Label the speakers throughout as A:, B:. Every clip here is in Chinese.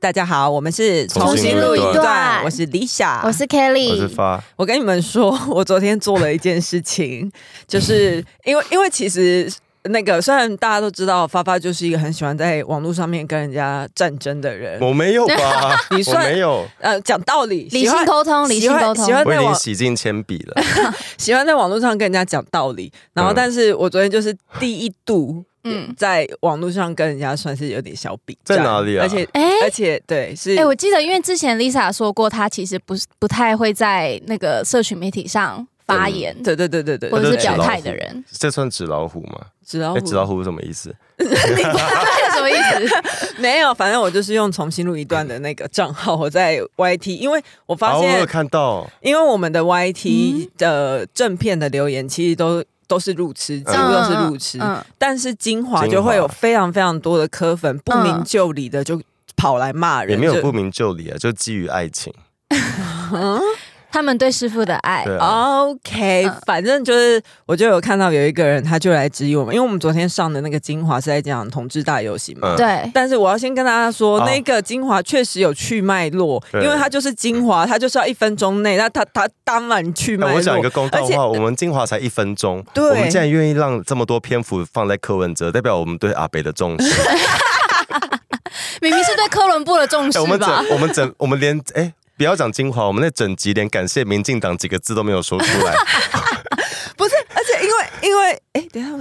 A: 大家好，我们是
B: 重新录一段
A: 我是 Lisa，
C: 我是
B: 我是
C: Kelly，
B: 发，
A: 我跟你们说， 我昨天做了一件事情， 就是因为因为其实那个虽然大家都知道发发就是一个很喜欢在网络上面跟人家战争的人，
B: 我没有吧？
A: 你
B: 我
A: 算
B: 没有，
A: 呃，讲道理，
C: 理
A: 喜欢
C: 性沟通，理
A: 喜
C: 性
A: 欢
C: 沟通
A: 喜。欢
B: 我已
A: 在
B: 经
A: 网
B: 洗尽铅笔 了。
A: 喜欢在网络上跟人家讲道理，然后
B: 嗯
A: 但是我昨天就是第一度。嗯
C: 嗯，
A: 在网络上跟人家算是有点小比较，
B: 在哪里啊
A: 而且
C: 哎
A: 而且对是
C: 哎、我记得，因为之前 Lisa 说过，她其实不是不太会在那个社群媒体上发言，
A: 对对对对对，
C: 或
A: 对
C: 者是
A: 对
C: 表态的人，
B: 这算纸老虎吗？
A: 纸老虎，
B: 哎，纸老虎是什么意思？
C: 什么意 思？
A: 没有，反正我就是用重新录一段的那个账号，我在 YT，因为我发
B: 啊，我
A: 现
B: 有，看到，
A: 因为我们的 YT
C: 嗯
A: 的正片的留言其实都都是路痴，几乎都是路痴，
C: 嗯
A: 但是精华
B: 精华
A: 就会有非常非常多的科粉不明就里的就跑来骂人，
B: 嗯也没有
A: 就
B: 不明就里啊，就基于爱情。
C: 他们对师傅的
A: 哎
C: 爱，
B: 对
A: 哦
B: 啊，
A: OK，、
C: 嗯
A: 反正就是我就有看到有一个人，他就来质疑我们，因为我们昨天上的那个精华是在讲同志大游行嘛。
B: 嗯
C: 对，
A: 但是我要先跟大家说，
B: 哦
A: 那个精华确实有去脉络，因
B: 对
A: 为它就是精华，它就是要一分钟内，那它它当然去脉
B: 哎
A: 络。
B: 我讲一个公道
A: 而且
B: 话，我们精华才一分钟，
A: 对
B: 我们竟然愿意让这么多篇幅放在柯文哲，代表我们对阿北的重视。
C: 明明是对科伦布的重视
B: 哎，我们整
C: 吧？，
B: 我们整，我们连哎。不要讲精华，我们那整集连感谢民进党几个字都没有说出 来。
A: 不是，而且因为因为哎、等一下。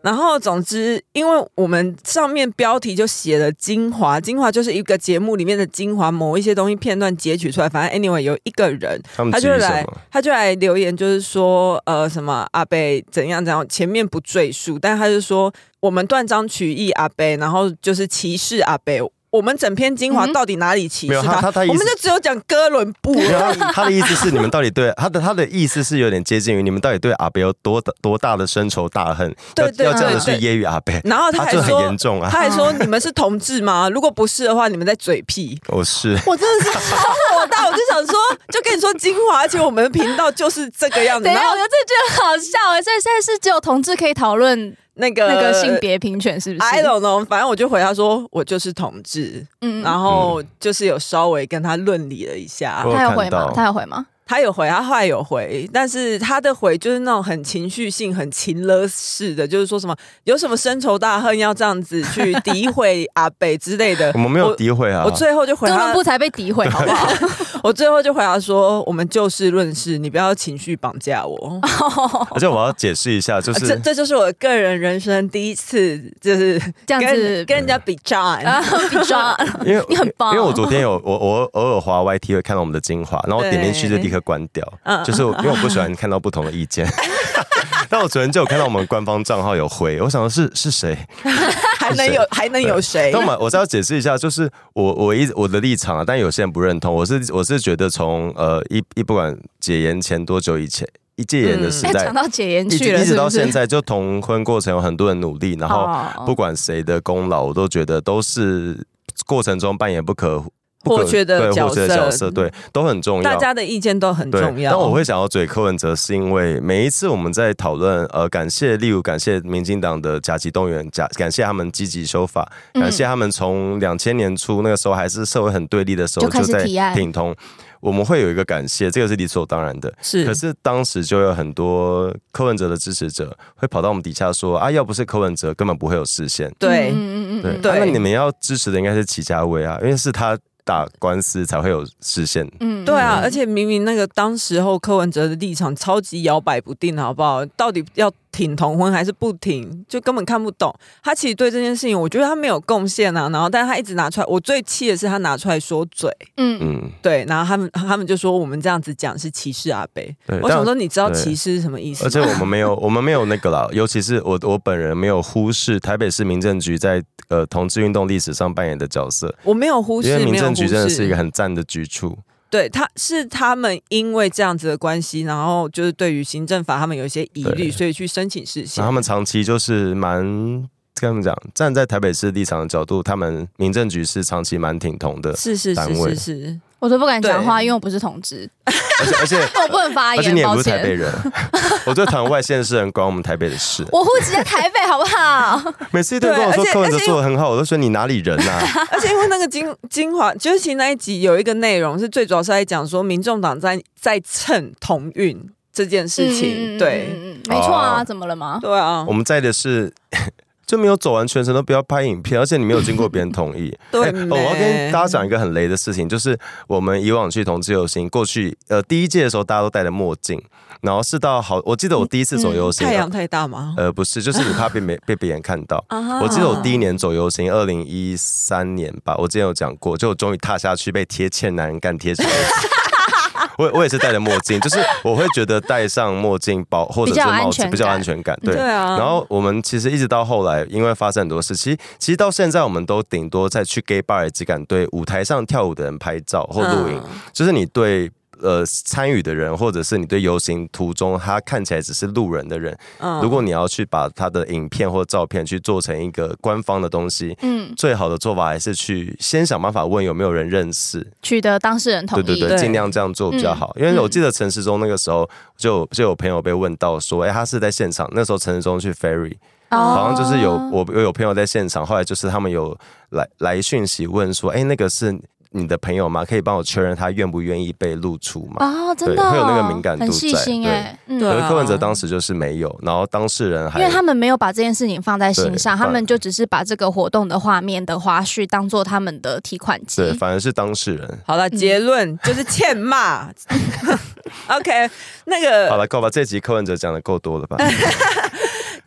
A: 然后，总之，因为我们上面标题就写了精华，精华就是一个节目里面的精华，某一些东西片段截取出来。反正 anyway，有一个人
B: 他们
A: 他
B: 基
A: 就
B: 于什
A: 来
B: 么？，
A: 他就来留言，就是说，呃，什么阿贝怎样怎样，前面不赘述，但他就说我们断章取义阿贝，然后就是歧视阿贝。我们整篇精华
C: 嗯哼
A: 到底哪里歧视
B: 没有他他他意思
A: 我们就只有讲哥伦布啊
B: 没有
A: 而
B: 他
A: 已。
B: 他的意思是，你们到底对他的他的意思是有点接近于你们到底对阿北有多大多大的深仇大恨，
A: 对
B: 要
A: 对
B: 要这样的去
A: 对
B: 揶揄阿北，
A: 然后他
B: 他
A: 还
B: 这很
A: 说
B: 严，重啊！
A: 他还说你们是同志吗？如果不是的话，你们在嘴屁。
B: 我是
A: 我真的是超火大，我就想说，就跟你说精华，而且我们的频道就是这个 样子。
C: 等一
A: 然
C: 下，
A: 后
C: 我觉得这句很好笑哎、所以现在是只有同志可以讨论
A: 那个
C: 那个性别平权，是不是？
A: ，I don't know，反正我就回他说我就是同志。
C: 嗯哦
A: 然后就是有稍微跟他论理了一下，
B: 我
C: 他有
B: 看
C: 回吗
B: 到？
C: 他有回吗？
A: 他有回，他后来有回，但是他的回就是那种很情绪性、很情勒式的，就是说什么有什么深仇大恨要这样子 去诋毁阿北之类的。
B: 我们没有诋毁啊，
A: 我最后就回
C: 哥
A: 他
C: 伦，布才被诋毁，好 不好？
A: 我最后就回答说，我们就事论事，你不要情绪绑架我。
B: 而且我要解释一下， 就
A: 啊这
B: 是
A: 这就是我个人人生第一次，就是
C: 这样
A: 跟
C: 子啊
A: 跟人家比战。
C: 然后比抓，
B: 因为
C: 你很棒
B: 因为我昨天有我我偶尔滑 YT 会看到我们的精华，然后我点进去就
A: 对
B: 立刻关掉
A: 嗯，
B: 就是我因为我不喜欢看到不同的 意见。但我昨天就有看到我们官方账号有回，我想是是谁？
A: 还能有还能有谁
C: 哎
B: 那？么我是要解释一下，就是我我一直我的立场啊，但有些人不认同。我是我是觉得从呃一一不管解严前多久以前，一戒严的时
C: 哎
B: 代，
C: 讲到解严
B: 一直
C: 去了，
B: 一直
C: 是
B: 到
C: 不是
B: 现？在，就同婚过程有很多人努力，然后
C: 哦
B: 不管谁的功劳，我都觉得都是过程中扮演不可不
A: 或
B: 可
A: 缺的
B: 对
A: 角
B: 或缺的角色，
A: 色
B: 对，都很重要。
A: 大家的意见都很
B: 对，
A: 重要。
B: 但我会想要嘴柯文哲，是因为每一次我们在讨论，呃，感谢，例如感谢民进党的甲级动员，甲感谢他们积极修法，
C: 嗯
B: 感谢他们从两千年初那个时候还是社会很对立的时候
C: 就开始
B: 在
C: 提案
B: 挺通，我们会有一个感谢，这个是理所当然的。
A: 是
B: 可是当时就有很多柯文哲的支持者会跑到我们底下说啊，要不是柯文哲，根本不会有视线。
A: 对。
C: 嗯
B: 对，
A: 对
B: 啊那你们要支持的应该是齐家威啊，因为是他打官司才会有视线。
C: 嗯
A: 对啊，而
C: 且
A: 且明明那个当时候柯文哲的立场超级摇摆不定，好不好？到底要挺同婚还是不挺，就根本看不懂。他其实对这件事情，我觉得他没有贡献啊。然后，但是他一直拿出来，我最气的是他拿出来说嘴，
C: 嗯，
B: 嗯，
A: 对。然后他们他们就说我们这样子讲是歧视阿北。
B: 对。
A: 我
B: 但
A: 想说，你知道
B: 对
A: 歧视是什么意思
B: 而
A: 吗？
B: 且我们没有，我们没有那个啦，尤其是我我本人没有忽视台北市民政局在呃同志运动历史上扮演的角色，
A: 我没有忽
B: 因
A: 视，
B: 为民
A: 没有
B: 政
A: 忽
B: 局
A: 视。
B: 真的是一个很赞的局处。
A: 对，他是他们因为这样子的关系，然后就是对于行政法他们有一些疑虑，
B: 对
A: 所以去申请事
B: 然后他
A: 项。
B: 们长期就是蛮跟他们讲，站在台北市立场的角度，他们民政局是长期蛮挺同 的，
A: 是是
B: 单
A: 是
B: 位
A: 是是，
C: 我都不敢讲话，
A: 对
C: 因为我不是同志，
B: 而且 而且
C: 我不能
A: 哎
C: 发
B: 而且你
C: 言，
B: 也
C: 抱
B: 不是台北
C: 歉。
B: 人，我对台湾外县市人管我们台北的事，
C: 我户籍在台北，好不 好？
B: 每次一堆人
A: 对
B: 跟我说
A: 而且
B: 柯文哲
A: 而且
B: 做的很好，我都说你哪里人啊呐？
A: 而且因为那个精精华，就是其实那一集有一个内容是最主要是在讲说，民众党在在蹭同运这件事情，
C: 嗯
A: 对
C: 嗯嗯嗯没错啊，
B: 哦
C: 怎么了吗？
A: 对啊
B: 我，们在的是 就没有走完全程，都不要拍影片，而且你没有经过别人同意。
A: 对
B: 哎
A: 没
B: 哦我要跟大家讲一个很雷的事情，就是我们以往去同志游行，过去呃第一届的时候，大家都戴着墨镜，然后是到好，我记得我第一次
C: 嗯
B: 走游行，
A: 太阳太大吗？
B: 呃不是，就是你怕被没被别人看 到。
A: 啊
B: 我记得我第一年走游行，二零一三年吧，我之前有讲过，就我终于踏下去被贴欠男人干贴上。 我我也是戴着墨镜，就是我会觉得戴上墨镜包或者
C: 比
B: 是
C: 较有
B: 帽
C: 安
B: 子
C: 全
B: 比较有
C: 感
B: 安全感，对。
A: 对啊，
B: 然后我们其实一直到后来，因为发生很多事，其实其实到现在，我们都顶多在去 gay bar 也只敢对舞台上跳舞的人拍照或录影，
A: 嗯
B: 就是你对。呃，参与的人，或者是你对游行途中他看起来只是路人的人，
A: 嗯
B: 如果你要去把他的影片或照片去做成一个官方的东西，
C: 嗯，
B: 最好的做法还是去先想办法问有没有人认识，
C: 取得当事人同
B: 对
C: 意。
B: 对对，
A: 对
B: 尽量这样做比较好。因为我记得陈时中那个时候就有就有朋友被问到说，哎、他是在现场，那时候陈时中去 ferry，
C: 哦
B: 好像就是有我我有朋友在现场，后来就是他们有来来讯息问说，哎、那个是你的朋友吗？可以帮我确认他愿不愿意被露出吗？
C: 哦，真的
B: 对
C: 哦
B: 会有那个敏感度
C: 很细心
B: 在
C: 哎，嗯
A: 对
B: 可
A: 啊
B: 是柯文哲当时就是没有，然后当事人还
C: 因为他们没有把这件事情放在心
B: 对
C: 上，他
B: 反
C: 们就只是把这个活动的画面的花絮当做他们的提款机。
B: 对，反而是当事人。
A: 好了，结论就是欠骂。OK，那
B: 嗯好
C: 呃
A: 个
B: 了，够吧，这集柯文哲讲的够多 了吧？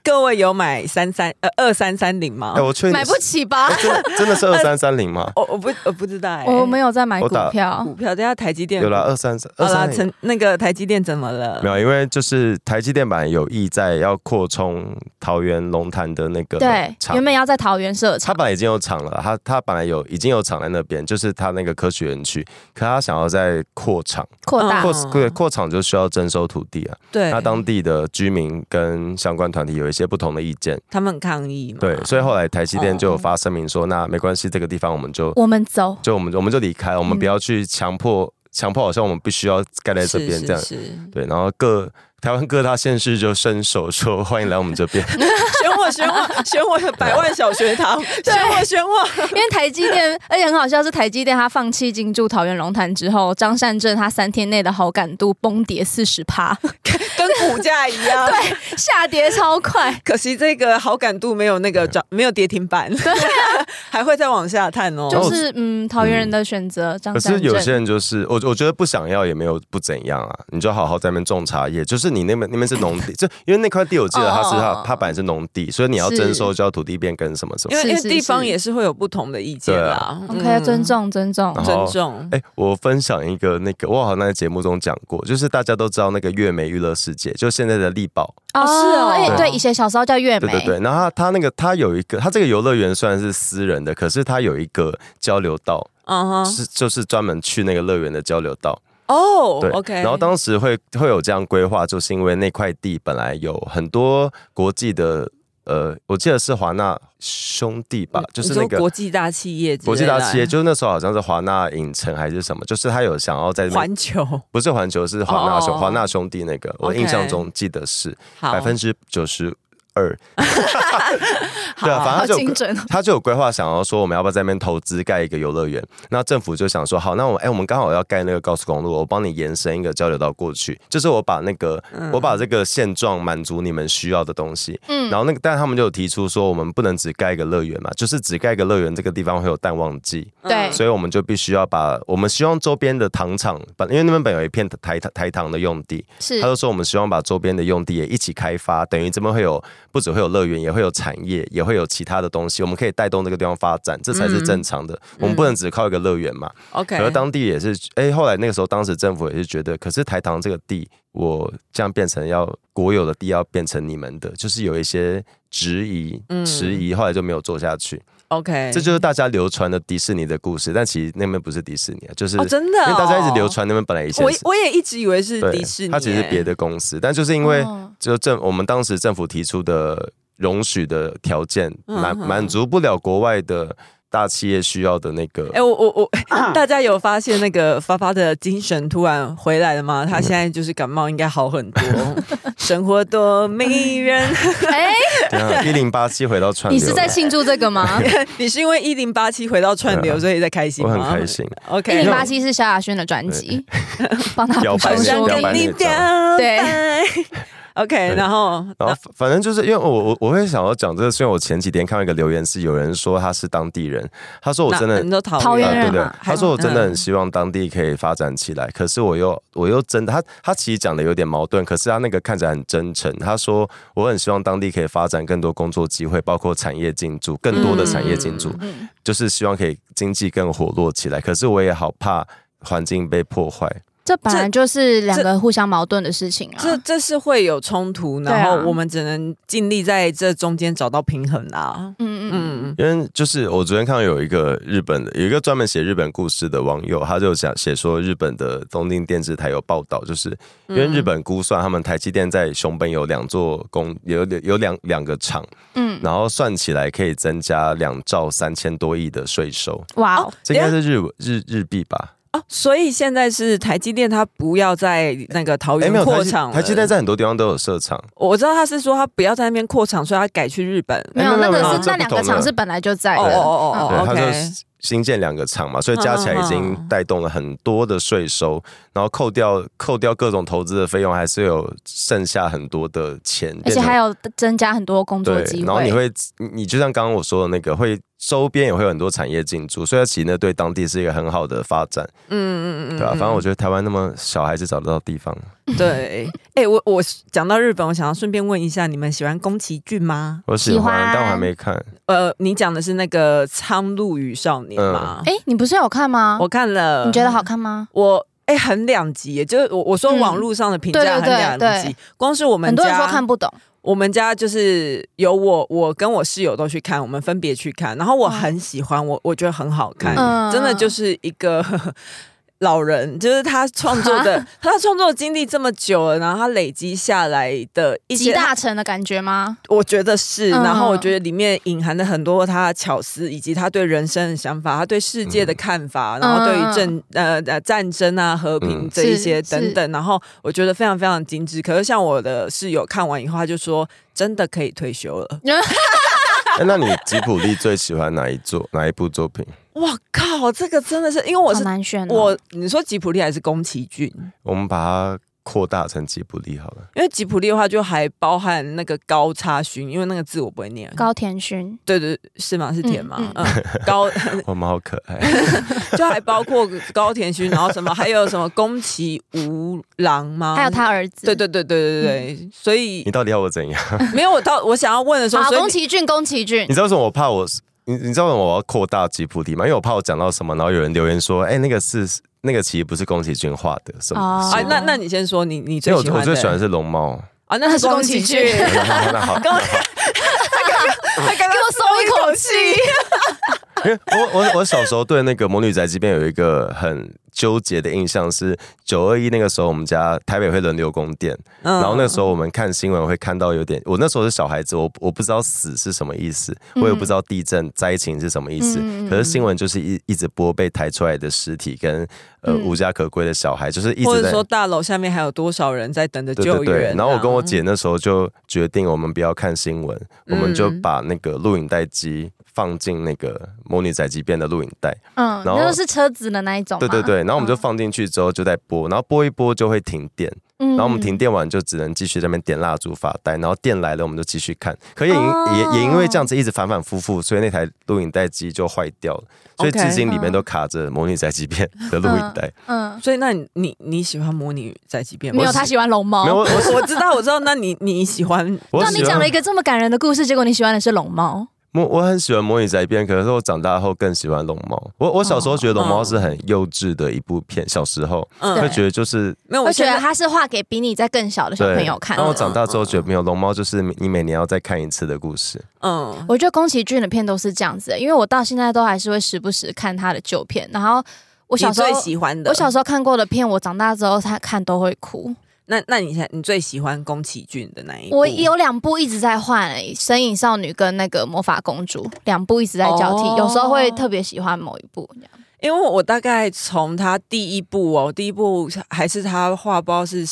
A: 各位有买三三呃二三三零吗哦
B: 哎、？我确定
C: 买不起吧？
B: 真的真的是二三三零吗？
A: 我我不我不知道哎，
C: 我没有在买股票
A: 股，票，等一下台积
C: 呃
A: 电
B: 有啦，二三三
A: 好
B: 二
A: 啦，
B: 三零。
A: 陈那个台积电怎么了
B: 没？有，因为就是台积电板有意在要扩充桃园龙潭的那个
C: 对，
B: 厂
C: 原，本要在桃园设
B: 它
C: 厂，
B: 本来已经有厂了，它它本来有已经有厂在那边，就是它那个科学园区，可它想要再扩厂，
C: 扩
A: 嗯
C: 大
B: 扩对扩厂就需要征收土地啊，
A: 对，
B: 那当地的居民跟相关团体有一些不同的意见，
A: 他们很抗议嘛。
B: 对，所以后来台积
A: 哦
B: 电就有发声明说，那没关系，这个地方我们就
C: 我们走。
B: 就我们我们就离开，我们
C: 嗯
B: 不要去强迫强迫，好像我们必须要盖在这边
A: 是
B: 这样
A: 是，是
B: 对，然后各台湾各大县市就伸手说 欢迎来我们这边，
A: 选我，选 我，选我的百万小学堂，选我，选我。
C: 因为台积电，而且很好笑是台积电，它放弃进驻桃园龙潭之后，张善政他三天内的好感度崩跌四十趴，
A: 跟股价一样。对，
C: 下跌超快。
A: 可惜这个好感度没有那个涨，没有跌停板，对、 还会再往下探哦。
C: 就是嗯，桃园人的选择，张
B: 可
C: 善
B: 是有些
C: 政。
B: 人就是我我觉得不想要也没有不怎样啊，你就好好在那边种茶叶，就是你那边那边是农地， 就因为那块地我记得它是
C: 哦
B: 它它本来是农地，所以你要
C: 是
B: 征收就要土地变更什么什么
A: 因，为
C: 是
A: 因为
C: 是
A: 地方
C: 是
A: 也是会有不同的意见
B: 对
A: 啦
B: 啊。
C: OK，
A: 嗯
C: 尊重尊重
B: 然，
A: 尊
B: 后
A: 重。
B: 哎、我分享一个那个，我好像在节目中讲过，就是大家都知道那个月美娱乐世界，就现在的力宝，
A: 哦是哦
C: 哎对，以前小时候叫月
B: 对
C: 美，
B: 对对。然后它它那个它有一个，它这个游乐园虽然是私人的，可是它有一个交流道，
A: 嗯哼，
B: 是就是专门去那个乐园的交流道。
A: 哦
B: 对
A: ，OK。
B: 然后当时会会有这样规划，就是因为那块地本来有很多国际的，呃，我记得是华纳兄弟吧，就
A: 嗯
B: 是
A: 你说
B: 那个
A: 国际大企业之类的，
B: 国际大企业，就是那时候好像是华纳影城还是什么，就是他有想要在那边
A: 环球
B: 不是环球，是华纳兄
A: 哦
B: 华纳兄弟那个，我
A: OK
B: 印象中记得是
A: 好
B: 百分之九十二，
A: 好
B: 对啊，反
C: 好
B: 正他就
C: 精
B: 有
C: 准哦。
B: 他就有规划，想要说我们要不要在那边投资盖一个游乐园？那政府就想说，好，那我哎、我们刚好要盖那个高速公路，我帮你延伸一个交流道过去，就是我把那个、我把这个现状满足你们需要的东西。
C: 嗯
B: 然后那个，但他们就有提出说，我们不能只盖一个乐园嘛，就是只盖一个乐园，这个地方会有淡旺季。
C: 对
B: 所以我们就必须要把我们希望周边的糖厂，本因为那边本有一片台台糖的用地，
C: 是
B: 他就说我们希望把周边的用地也一起开发，等于这边会有不只会有乐园，也会有产业，也会有其他的东西，我们可以带动这个地方发展，这才是正常的。
A: 嗯
B: 我们不能只靠一个乐园嘛。
A: OK
B: 可是当地也是，哎、后来那个时候当时政府也是觉得，可是台糖这个地，我这样变成要国有的地要变成你们的，就是有一些质疑
A: 嗯，
B: 迟疑，后来就没有做下去。
A: OK，
B: 这就是大家流传的迪士尼的故事，但其实那边不是迪士尼啊，就是、
A: 哦真的哦
B: 因为大家一直流传那边本来以前
A: 我
B: 是
A: 我也一直以为是
B: 对
A: 迪士尼耶，
B: 它其实是别的公司，但就是因为
C: 哦
B: 就政我们当时政府提出的容许的条件，
A: 嗯
B: 满
A: 嗯
B: 满足不了国外的大企业需要的那个
A: 哎、。我我 我， 大家有发现那个发发的精神突然回来了吗？
B: 嗯
A: 他现在就是感冒，应该好很多， 生活多迷人。
C: 哎，
B: 啊 一零八七回到串
C: 你
B: 流，
C: 是在庆祝这个吗？
A: 你是因为一零八七回到串流，
B: 对啊
A: 所以在开心
B: 我
A: 吗？
B: 很开。心。
C: 一
A: OK，
C: 零八七是萧亚轩的专辑，帮他
B: 摇
C: 补
B: 摆
C: 充
A: 好想
C: 说
B: 摇摆
A: 跟
C: 明。
A: 你表
C: 对
A: 白。OK，然后
B: 然后反反正就是因为我我我会想要讲这个，是因为我前几天看到一个留言，是有人说他是当地人，他说我真的
A: 你说
C: 桃
A: 桃
C: 园
B: 啊，对
C: 人
B: 对
C: 嘛，
B: 他说我真的
A: 嗯
B: 很希望当地可以发展起
C: 嗯
B: 来，可是我又我又真的，他他其实讲的有点矛盾，可是他那个看起来很真诚。他说我很希望当地可以发展更多工作机会，包括产业进驻，更多的产业进驻，
C: 嗯
B: 就是希望可以经济更活络起来。可是我也好怕环境被破坏，
C: 这本来就是两个互相矛盾的事情啊。
A: 这这是会有冲突，
C: 对啊
A: 然后我们只能尽力在这中间找到平衡啦。
C: 嗯嗯
A: 嗯，
B: 因为就是我昨天看到有一个日本的，有一个专门写日本故事的网友，他就想写说日本的东京电视台有报道，就是
A: 嗯
B: 因为日本估算他们台积电在熊本有两座工有有有两两个厂，
C: 嗯，
B: 然后算起来可以增加两兆三千多亿的税收，
C: 哇哦，
B: 这应该是日日日币吧？
A: 哦，所以现在是台积电，它不要在那个桃
B: 哎，
A: 园
B: 没有，台
A: 哦扩
B: 积
A: 厂了
B: 台积电在很多地方都有设厂，
A: 我知道他是说他不要在那边扩厂，所以他改去日本。
C: 没有
B: 没
C: 那
B: 有
C: 个
A: 没有
C: 是
B: 这不
C: 那两个
B: 同的
C: 厂是本来就在的。
A: 哦哦哦
B: 对，
A: 哦
B: 他就
A: OK
B: 新建两个厂嘛，所以加起来已
C: 嗯
B: 经带动了很多的税收，然后扣掉扣掉各种投资的费用，还是有剩下很多的钱，
C: 而且还有增加很多工作
B: 对
C: 机，会。
B: 然后你会，你你就像刚刚我说的那个，会周边也会有很多产业进驻，所以其实那对当地是一个很好的发展，
A: 嗯嗯嗯，
B: 对吧、啊反正我觉得台湾那么小，还是找得到地方。
A: 嗯对。哎、我我讲到日本，我想要顺便问一下，你们喜欢宫崎骏吗？
B: 我喜
C: 喜欢
B: 欢，但我还没看。
A: 呃，你讲的是那个《苍鹭与少年》
B: 嗯
A: 吗？
C: 哎，你不是有看吗？
A: 我呃看了，
C: 你觉得好？看吗？
A: 我哎、很两极耶，就是我我说
C: 嗯
A: 网络上的评
C: 对对
A: 价很
C: 对
A: 两极，
C: 对
A: 光是我们
C: 很多人
A: 家
C: 说看不懂，
A: 我们家就是有我，我跟我室友都去看，我们分别去看，然后我很喜欢，我我觉得很好看，
C: 嗯
A: 真的就是一个 老人，就是他创作 的，他创作经历这么久了，然后他累积下来的一
C: 集
A: 些，
C: 大成的感觉吗？
A: 我觉得是，
C: 嗯
A: 然后我觉得里面隐含的很多他的巧思，以及他对人生的想法，他对世界的看法，然后对于政呃呃战争啊、和平
B: 嗯
A: 这一些
C: 嗯是
A: 等等，然后我觉得非常非常精致。可是像我的室友看完以后，他就说真的可以退休了。
B: 哎、那你吉普力最喜欢哪一座哪一部作品？
A: 哇靠，这个真的是因为我
C: 好
A: 是
C: 难选哦。
A: 我，你说吉普力还是宫崎骏？
B: 我们把它扩大成吉普力好了。
A: 因为吉普力的话就还包含那个高差勋，因为那个字我不会念。
C: 高田勋，
A: 对对对是吗？是田吗？
C: 嗯
A: 嗯，高
B: 我们好可爱。
A: 就还包括高田勋，然后什么还有什么宫崎吾郎吗？
C: 还有他。儿子。
A: 啊对
C: 嗯
A: 对对对对对，所以
B: 你到底要我怎样？
A: 没有我到我想要问的时候，
C: 好，
A: 所以
C: 宫
A: 你
C: 崎骏，宫崎骏
B: 你，知道为什么我怕我？你你知道为什么我要扩大吉普力吗？因为我怕我讲到什么，然后有人留言说：“哎、那个是那个其实不是宫崎骏画的什么。
C: 哦
B: 是
A: 啊，那那你先说你你
B: 因
A: 最
B: 为
A: 喜
B: 我我
A: 欢的
B: 最喜欢的是龙猫。
A: 啊，那是宫崎骏
C: 那是宫崎骏
B: 那好，那好
A: 他刚刚
C: 给我松一口气。
B: 因为我我我小时候对那个《魔女宅急便》有一个很纠结的印象是九二一那个时候，我们家台北会轮流供电，
A: 嗯
B: 然后那时候我们看新闻会看到有点，我那时候是小孩子，我我不知道死是什么意思，
A: 嗯
B: 我也不知道地震灾情是什么意思，
C: 嗯嗯嗯
B: 可是新闻就是一一直播被抬出来的尸体跟呃、
C: 嗯
B: 无家可归的小孩，就是一
A: 或
B: 直
A: 者
B: 在
A: 说。大楼下面还有多少人在等着
B: 对
A: 救
B: 对
A: 援啊、
B: 对，然后我跟我姐那时候就决定，我们不要看新闻，我们就
A: 嗯
B: 把那个录影带机放进那个《魔女宅急便》的录影带，
C: 嗯，
B: 然后
C: 那就是车子的那一种。
B: 对对，对，然后我
A: 嗯
B: 们就放进去之后就在播，然后播一播就会停电，
C: 嗯，
B: 然后我们停电完就只能继续在那边点蜡烛发呆，然后电来了我们就继续看。可也因、
C: 哦
B: 也也因为这样子一直反反复复，所以那台录影带机就坏掉了，所以
A: OK
B: 至今里面
C: 嗯
B: 都卡着《魔女宅急便》的录影带。
C: 嗯，
A: 所以那你你你喜欢模拟宅急便吗？
C: 没有，他喜欢龙
B: 没有
C: 猫。啊
B: 我我
A: 我知道我知道，那你你喜欢
B: 我
C: 那你
B: 喜
C: 讲了一
B: 欢
C: 个这么感人的故事，结果你喜欢的是龙猫。
B: 我我很喜欢《魔女宅急便》，可是我长大后更喜欢龙猫。我我小时
C: 哦
B: 候觉得龙猫是很幼稚的一部片，小时候
A: 嗯
B: 会觉得就是
A: 没有，
C: 我
A: 我
C: 觉
A: 现
C: 得
A: 在
C: 他是画给比你在更小的小
B: 对
C: 朋友看的。
B: 然后我长大之后觉得没有龙猫，就是你每年要再看一次的故事。
A: 嗯
C: 我觉得宫崎骏的片都是这样子、因为我到现在都还是会时不时看他的旧片。然后我
A: 我
C: 小时候，
A: 最喜欢的，
C: 我小时候看过的片，我长大之后才看都会哭。
A: 那那你现你最喜欢宫崎骏的哪一部？
C: 我有两部一直在换、欸，《神隐少女》跟那个《魔法公主》，两部一直在交替，
A: 哦
C: 有时候会特别喜欢某一部这样。
A: 因为我大概从他第一部哦，第一部还是他画包是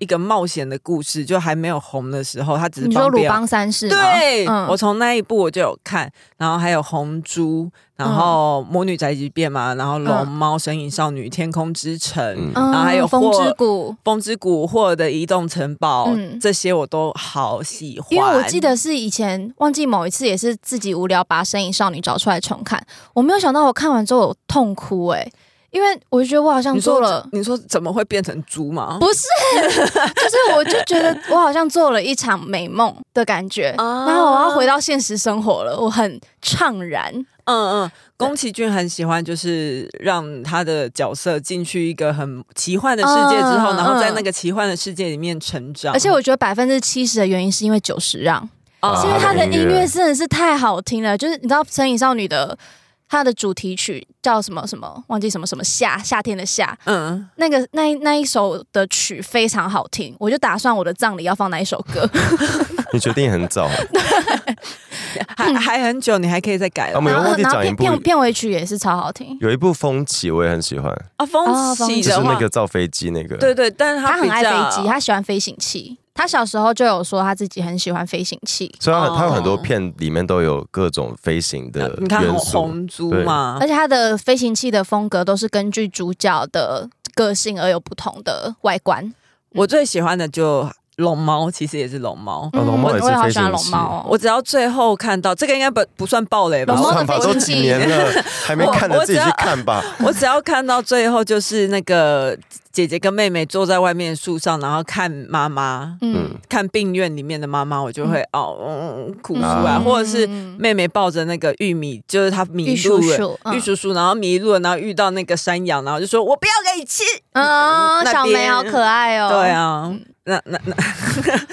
A: 一个冒险的故事，就还没有红的时候，他只是
C: 你说
A: 帮
C: 鲁
A: 别人
C: 邦三世吗？
A: 对，
C: 嗯
A: 我从那一部我就有看，然后还有《红猪》，然
C: 嗯
A: 后《魔女宅急便》嘛，然后《龙猫》神隐少女》《天空之城》
B: 嗯
A: 然后还有
C: 嗯风
A: 霍
C: 之谷。
A: 风之谷》霍尔的移动城堡，
C: 嗯
A: 这些我都好喜欢。
C: 因为我记得是以前忘记某一次也是自己无聊把《身影少女》找出来重看，我没有想到我看完之后有痛哭哎、欸因为我就觉得我好像
A: 你
C: 做
A: 说
C: 了
A: 你说怎么会变成猪嘛？
C: 不是，就是我就觉得我好像做了一场美梦的感觉，
B: 哦
A: 啊
C: 然后我要回到现实生活了，我很怅然。
A: 嗯嗯，宫崎骏很喜欢，就是让他的角色进去一个很奇幻的世界之后，
C: 嗯
A: 然后在
C: 嗯
A: 那个奇幻的世界里面成长。
C: 而且我觉得百分之七十的原因是因为久石让，
A: 哦
B: 啊
C: 是因为他的
B: 他的音
C: 音
B: 乐
C: 乐真的是太好听了，就是你知道《神隐少女》的。它的主题曲叫什么什么？忘记什么什么夏夏天的夏，
A: 嗯，
C: 那个那一那一首的曲非常好听，我就打算我的葬礼要放那一首歌。
B: 你决定很 早，
C: 嗯
A: 还还很久，你还可以再改了
B: 啊没有
C: 然后
B: 忘记
C: 然后
B: 讲一
C: 片
B: 部
C: 片片尾曲也是超好听，
B: 有一部《风起》我也很喜欢，
A: 啊。风
C: 哦风
A: 起
B: 就是
A: 的
B: 那
A: 话，
B: 个造飞机那个。
A: 对对，但是
C: 他很
A: 比
C: 爱
A: 较
C: 飞机，他喜欢飞行器。他小时候就有说他自己很喜欢飞行器，
B: 所以它很它有很多
A: 哦
B: 片里面都有各种飞行的
A: 你看
B: 元
A: 红
B: 素。
A: 红猪
B: 对
A: 嘛
C: 而，且他的飞行器的风格都是根据主角的个性而有不同的外观。
A: 我最喜欢的就龙猫，其实也是龙猫。
B: 哦龙
C: 我
B: 猫也是
C: 嗯我也好
B: 飞
C: 喜欢
B: 行
C: 龙
B: 器
C: 猫哦，
A: 我只要最后看到这个，应该不不算暴雷吧？
C: 龙猫
A: 我
C: 的
B: 算法都
C: 飞行
B: 几
C: 器
B: 年了，还没看
A: 我
B: 的
A: 我
B: 自己
A: 只
B: 去
A: 要
B: 看吧。
A: 我只要看到最后，就是那个姐姐跟妹妹坐在外面的树上，然后看妈妈，
C: 嗯
B: 嗯，看
A: 看病院里面的妈妈，我就会哦嗯嗯哭出来，
B: 啊
A: 或者是
C: 嗯
A: 妹妹抱着那个玉米，就是她迷
C: 玉嗯
A: 路
C: 叔
A: 了。
C: 叔，
A: 玉叔叔，然后迷路了，然后遇到那个山羊，然后就说：“我不要给你吃。
C: 嗯，
A: 那
C: 小梅
A: 边
C: 好可爱哦。
A: 对，啊，那那那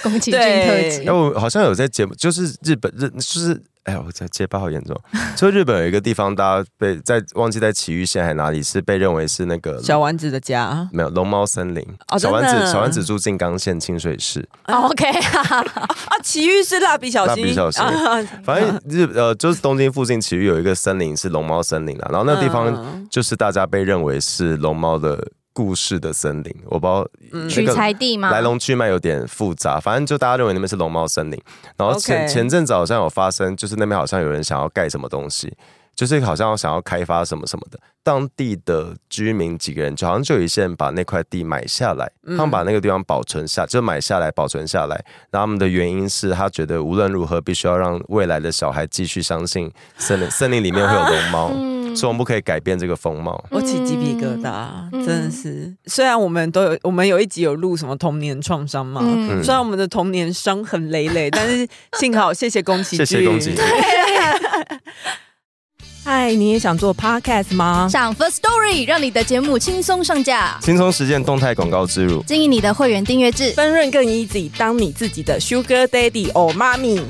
C: 宫崎骏特
A: 对
C: 辑
B: 哎，。我好像有在节目，就是日本日就是。哎呀，我这结巴好严重。 就日本有一个地方，大家被在忘记在崎玉县还哪里是被认为是那个
A: 小丸子的家
B: 没有龙猫森林。
A: 哦
B: 小
A: 真
B: 丸
A: 的
B: 子小丸子住静冈县清水市，
C: 哦 OK 啊，
A: 啊，奇遇是蜡笔小新，
B: 蜡笔小 新
A: 啊
B: 反正日呃就是东京附近其实有一个森林是龙猫森林啦，然后那地方
A: 嗯
B: 就是大家被认为是龙猫的故事的森林，我不知道
A: 嗯
B: 那
C: 取
B: 个
C: 材地吗？
B: 来龙去脉有点复杂，反正就大家认为那边是龙猫森林，然后前
A: OK
B: 前阵子好像有发生，就是那边好像有人想要盖什么东西。就是好像想要开发什么什么的，当地的居民几个人，就好像就有一些人把那块地买下来，他
C: 嗯
B: 们把那个地方保存下，就买下来保存下来。然后他们的原因是他觉得无论如何必须要让未来的小孩继续相信森林，森林里面会有龙猫，
C: 嗯
B: 所以我们不可以改变这个风貌。
A: 我起鸡皮疙瘩，
C: 嗯
A: 真的是。虽然我们都有，我们有一集有录什么童年创伤嘛，
C: 嗯
A: 虽然我们的童年伤痕累累，但是幸好谢谢宫崎
B: 谢
A: 骏，
B: 谢宫崎骏。
A: 嗨，你也想做 podcast 吗？
C: 上 First Story 让你的节目轻松上架，
B: 轻松实践动态广告植入。
C: 经营你的会员订阅制。
A: 分润更 easy，当你自己的 sugar daddy or mommy。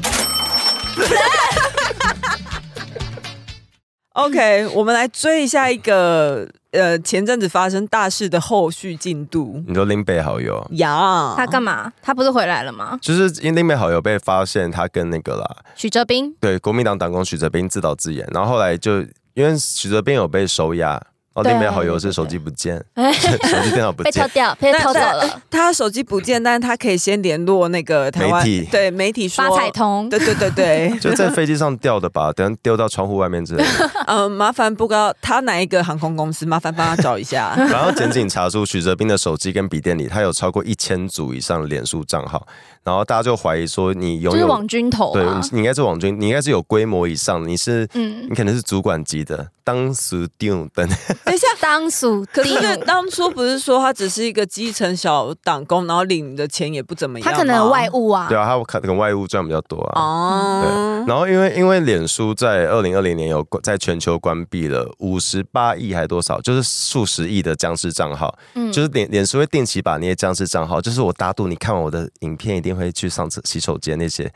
A: OK，我们来追一下一个呃前阵子发生大事的后续进度
B: 你说林北好友，
A: 呀。
C: 他干嘛？他不是回来了吗？
B: 就是因为林北好友被发现他跟那个啦，
C: 许哲斌
B: 对国民党党工许哲斌自导自演，然后后来就因为许哲斌有被收押，哦，
C: 对
B: 林北好友是手机不 见，手机电脑不
C: 被偷
B: 见，
C: 掉，被
A: 那
C: 偷走了，
A: 他手机不见，但是他可以先联络那个台湾
B: 媒体
A: 对媒体说
C: 八彩通。
A: 对对对 对，
B: 就在飞机上掉的吧，等下丢到窗户外面之类的。
A: 嗯，麻烦不知道他哪一个航空公司，麻烦帮他找一 下。
B: 然后检警查出许哲斌的手机跟笔电里，他有超过一千组以上的脸书账号，然后大家就怀疑说你
C: 就
B: 拥
C: 是
B: 有
C: 网。军头
B: 对
C: 啊，，
B: 你应该是网军，你应该是有规模以上，你是
C: 嗯，
B: 你可能是主管级的，当时定等
A: 等一下，
C: 当属
A: 可
C: 可
A: 是就当初不是说他只是一个基层小党工，然后领的钱也不怎么样吗，
C: 他可能有外务啊，
B: 对啊，他可能外务赚比较多啊。
C: 嗯
A: 哦，
B: 然后因为因为脸书在二零二零年有关在全球关闭了五十八亿还多少，就是数十亿的僵尸账号，
C: 嗯
B: 就是脸脸书会定期把那些僵 尸账号，就是我打赌你看完我的影片一定会去上厕洗手间那些，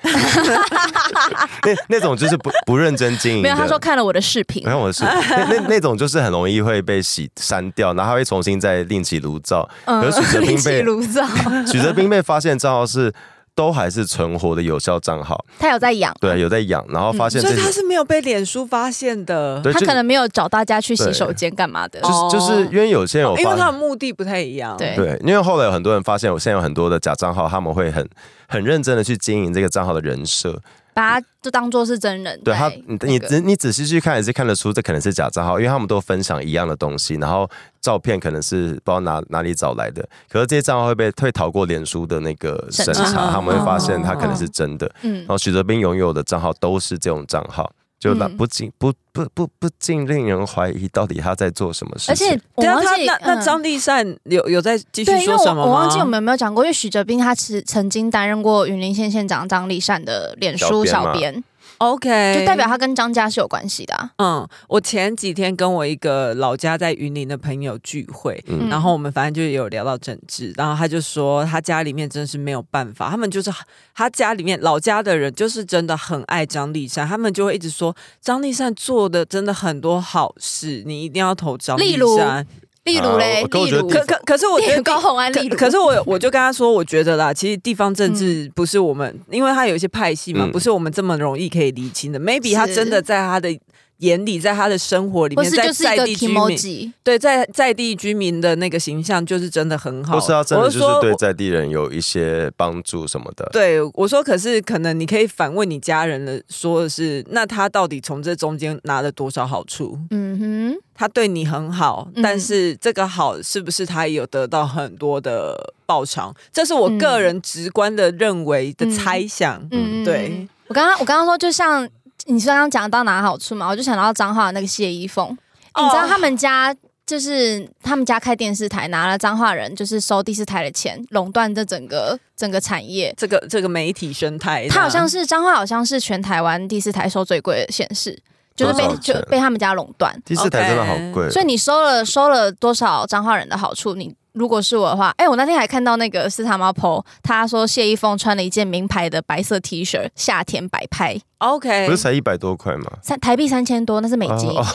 B: 那那种就是不不认真经营的。
C: 没有，他说看了我的视频
B: 没，有， 我是那那那种就是很容易会被洗删掉，然后他会重新再另起炉 灶。
C: 嗯
B: 可是许哲，
C: 另
B: 斌
C: 起
B: 被
C: 炉 灶，
B: 许哲斌被发现账号是都还是存活的有效账号，
C: 他有在养，
B: 对，有在养，然后发现
C: 嗯
A: 所
B: 这
A: 以
B: 些、
A: 他是没有被脸书发现的，
B: 对，
C: 他
B: 就
C: 可能没有找大家去洗
B: 对
C: 手间干嘛的
A: 就。
B: 就是就是因为有些人有
A: 因为
B: 发
A: 他的
B: 现。
A: 目的不太一样。
C: 对
B: 对，因为后来有很多人发现，我现在有很多的假账号，他们会很很认真的去经营这个账号的人设。
C: 把它就当做是真人在
B: 对他嗯
C: 那个。，
B: 你你仔你仔细去看也是看得出，这可能是假账号，因为他们都分享一样的东西，然后照片可能是不知道哪哪里找来的，可是这些账号会被会逃过脸书的那个
C: 审
B: 审
A: 查
B: 查，他们会发现
C: 哦
B: 它可能是真的。
C: 嗯
B: 然，后许哲斌拥有的账号都是这种账号，就让
C: 嗯
B: 不禁不不不不禁令人怀疑到底他在做什么事
C: 而
B: 情
C: 且。我
A: 对啊，
C: 忘
A: 他
C: 记
A: 那那
C: 嗯
A: 张立善有有在继续
C: 对，因
A: 说
C: 为我
A: 什么吗？
C: 我忘记我们有没有讲过，因为许哲斌他其实曾经担任过云林县县长张立善的脸书小
B: 小
C: 编
B: 编，
A: OK，
C: 就代表他跟张家是有关系的、啊。
A: 嗯，我前几天跟我一个老家在云林的朋友聚会，
B: 嗯
A: 然后我们反正就有聊到政治，然后他就说他家里面真的是没有办法，他们就是他家里面老家的人就是真的很爱张立善，他们就会一直说张立善做的真的很多好事，你一定要投张
C: 例
A: 立
C: 如
A: 善。
C: 例如嘞，
B: 啊可
C: 例
B: 我觉得
C: 如，
A: 可可可是我觉
C: 例
A: 得
C: 如 高红啊安，例如，嗯
A: 可可是我我就跟他说，我觉得啦，其实地方政治不是我们，因为他有一些派系嘛，
B: 嗯
A: 不是我们这么容易可以理清的。Maybe 他
C: 是
A: 真的在他的眼里，在他的生活里
C: 不
A: 面，
C: 是
A: 在
C: 就是一
A: 在
C: 个
A: 地居民，
C: emoji，
A: 对在在地居民的那个形象，就是真的很好。
B: 或是他真
A: 我
B: 的
A: 就
B: 就
A: 说
B: 是对
A: 我
B: 在地人有一些帮助什么的。
A: 对我说，可是可能你可以反问你家人的，说的是，那他到底从这中间拿了多少好处？
C: 嗯
A: 他对你很好，
C: 嗯
A: 但是这个好是不是他也有得到很多的报偿？这是我个人直观的认为的猜想。
C: 哼，嗯，
A: 对。
C: 我刚刚我刚刚说，就像你刚刚讲到哪好处嘛，我就想到彰化的那个谢依凤，
A: 哦
C: 你知道他们家。就是他们家开电视台，拿了彰化人就是收电视台的钱，垄断这整个整个产业。
A: 这个这个媒体生态，
B: 啊
C: 他好像
A: 是
C: 是彰化，好像是全台湾第四台收最贵的县市，就是被
B: 多少
C: 就
B: 钱
C: 被他们家垄断。
B: 第四台真的好贵，哦
C: 所以你收了收了多少彰化人的好处？你如果是我的话，哎、我那天还看到那个四塔猫 PO，他说谢依凤穿了一件名牌的白色 T 恤，夏天摆拍，
A: OK
B: 不是。才一百多块
A: 哦
B: 吗？
C: 三台币三千多，那是美金。
B: 哦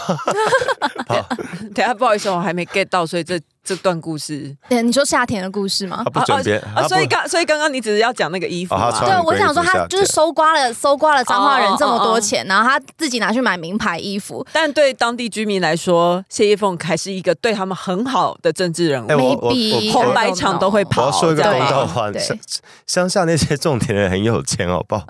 A: 等一下不好意思，我还没 get 到，所以这这段故事
C: 对你说夏天的故事吗
B: 他？不准别
A: 啊，所以刚所以刚刚你只是要讲那个衣服嘛
B: 哦他穿
C: 对，我想说
B: 很贵的
C: 他
B: 夏天
C: 就是搜刮了搜刮了彰化人
A: 哦
C: 这么
A: 哦
C: 多
A: 哦
C: 钱，然后他自己拿去买名牌衣服，
A: 但对当地居民来说，谢依凤还是一个对他们很好的政治人物。
B: 哎我
C: maybe
B: 我
A: 红白场都会
B: 我
A: 跑，
B: 要说一个
C: 对
B: 公道话，
C: 对
B: 乡乡下那些种田人很有钱，好 不好？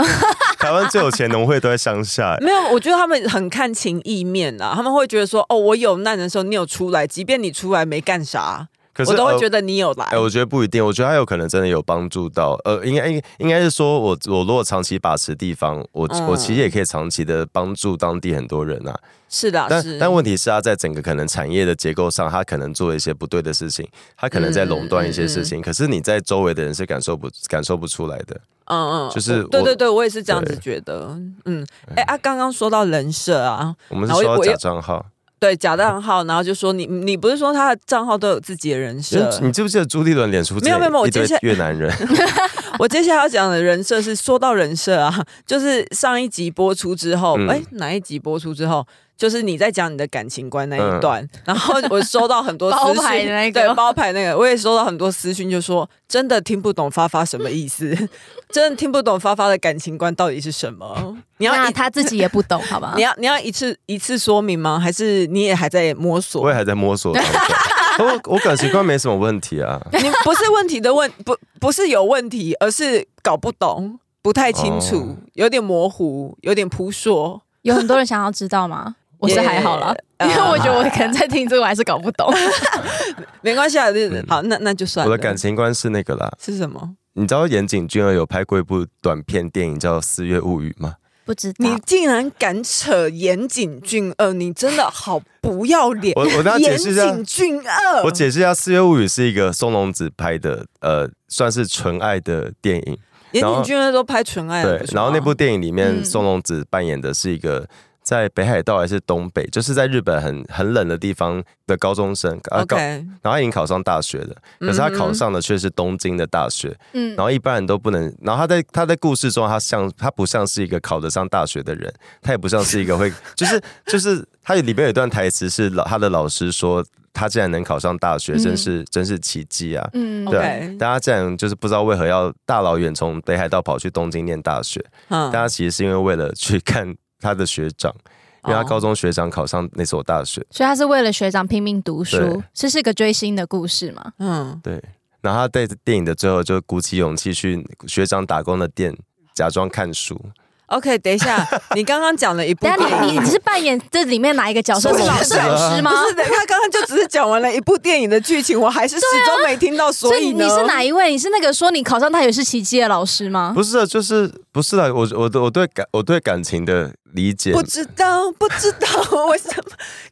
B: 台湾最有钱农会都在乡下、欸
A: 没有，我觉得他们很看情意面啊，他们会觉得说，哦，我有难的时候你有出来，即便你出来没干啥，
B: 可是
A: 我都会
B: 呃
A: 觉得你有来。
B: 哎、我觉得不一定，我觉得他有可能真的有帮助到，呃，应该应应该是说我我如果长期把持地方，我、
A: 嗯
B: 我其实也可以长期的帮助当地很多人啊。
A: 是的啊，是
B: 但但问题是，他在整个可能产业的结构上，他可能做一些不对的事情，他可能在垄断一
A: 嗯
B: 些事情，可是你在周围的人是感受不感受不出来的。
A: 嗯嗯，
B: 就是
A: 我对
B: 我
A: 对对，我也是这样子
B: 对
A: 觉得。嗯，哎、啊，刚刚说到人设啊，
B: 我们是
A: 然后
B: 说到
A: 我又
B: 假账号，
A: 对假账号，然后就说你你不是说他的账号都有自己的人设？
B: 你记不记得朱立伦脸书之
A: 没
B: 前
A: 有没有没有我
B: 一堆
A: 接下
B: 越 南人？
A: 我接下来要讲的人设是说到人设啊， 就是上一集播出之后，哎、
B: 嗯
A: 哪一集播出之后，就是你在讲你的感情观那一段，然后我收到很多
C: 包
A: 私
C: 牌
A: 讯
C: 的那个
A: 对包牌那个，我也收到很多私讯，就说真的听不懂发发什么意思， 真的听不懂发发的感情观到底是什么。你要
C: 那
A: 一
C: 他自己也不懂，好吧？
A: 你要你要一次一次说明吗？还是你也还在摸
B: 我
A: 索
B: 也？还在摸索 当中。我我感情观没什么问题啊，
A: 你 不是问题的问不不是有问题，而是搞不懂。不太清楚，
B: 哦
A: 有点模糊，有点扑朔。
C: 有很多人想要知道吗？我是还好啦，因
A: 也
C: 为我觉得我可能在听这个，我还是搞不懂。
A: 没关系啊，就是好，那那就算
B: 嗯我啊
A: 了。
B: 的感情观是那个啦。
A: 是什么？
B: 你知道岩井俊二有拍过一部短片电影叫《四月物语》吗？
C: 不知道
A: 你竟然敢扯岩井俊二，你真的好不要脸！
B: 我我大家
A: 岩
B: 解释一下，
A: 井俊二，
B: 我解释一下，《四月物语》是一个松隆子拍的，呃，算是纯爱的电影。
A: 岩
B: 然
A: 井
B: 后
A: 俊二都拍纯爱了，
B: 对
A: 不，是吗
B: 然后那部电影里面，
C: 嗯
B: 松隆子扮演的是一个在北海道还是东北，就是在日本很很冷的地方的高中生，啊高，然
A: OK，
B: 后他已经考上大学了，可是他考上的却是东京的大学，
C: 嗯
B: 然，后一般人都不能，然后他在他在故事中，他像他不像是一个考得上大学的人，他也不像是一 个会，就是就是他里边有一段台词是老他的老师说，他竟然能考上大学，
C: 嗯
B: 真是真是奇迹啊！
C: 嗯，
B: 对
A: OK
B: 大家竟然就是不知道为何要大老远从北海道跑去东京念大学，
A: 嗯
B: 大家其实是因为为了去看他的学长，
A: 哦
B: 因为他高中学长考上那所大学，
C: 所以他是为了学长拼命读书
B: 对，
C: 这是个追星的故事嘛？
A: 嗯，
B: 对，然后他在电影的最后就鼓起勇气去学长打工的店假装看书。
A: 嗯 OK，等一 下，你刚刚讲了一部
C: 等
A: 电
C: 一下你
A: 影，
C: 你你是扮演这里面哪一个角色？
B: 是
C: 是老
B: 我
C: 是老师吗？
A: 不是的，他刚刚就只是讲完了一部电影的剧情，我还是始终没听到，所
C: 所以
A: 呢，
C: 你是哪一位？你是那个说你考上大学是奇迹的老师吗？
B: 不是啊，就是不是啊，我我我对感我对感情的理解
A: 不知道，不知道，为什么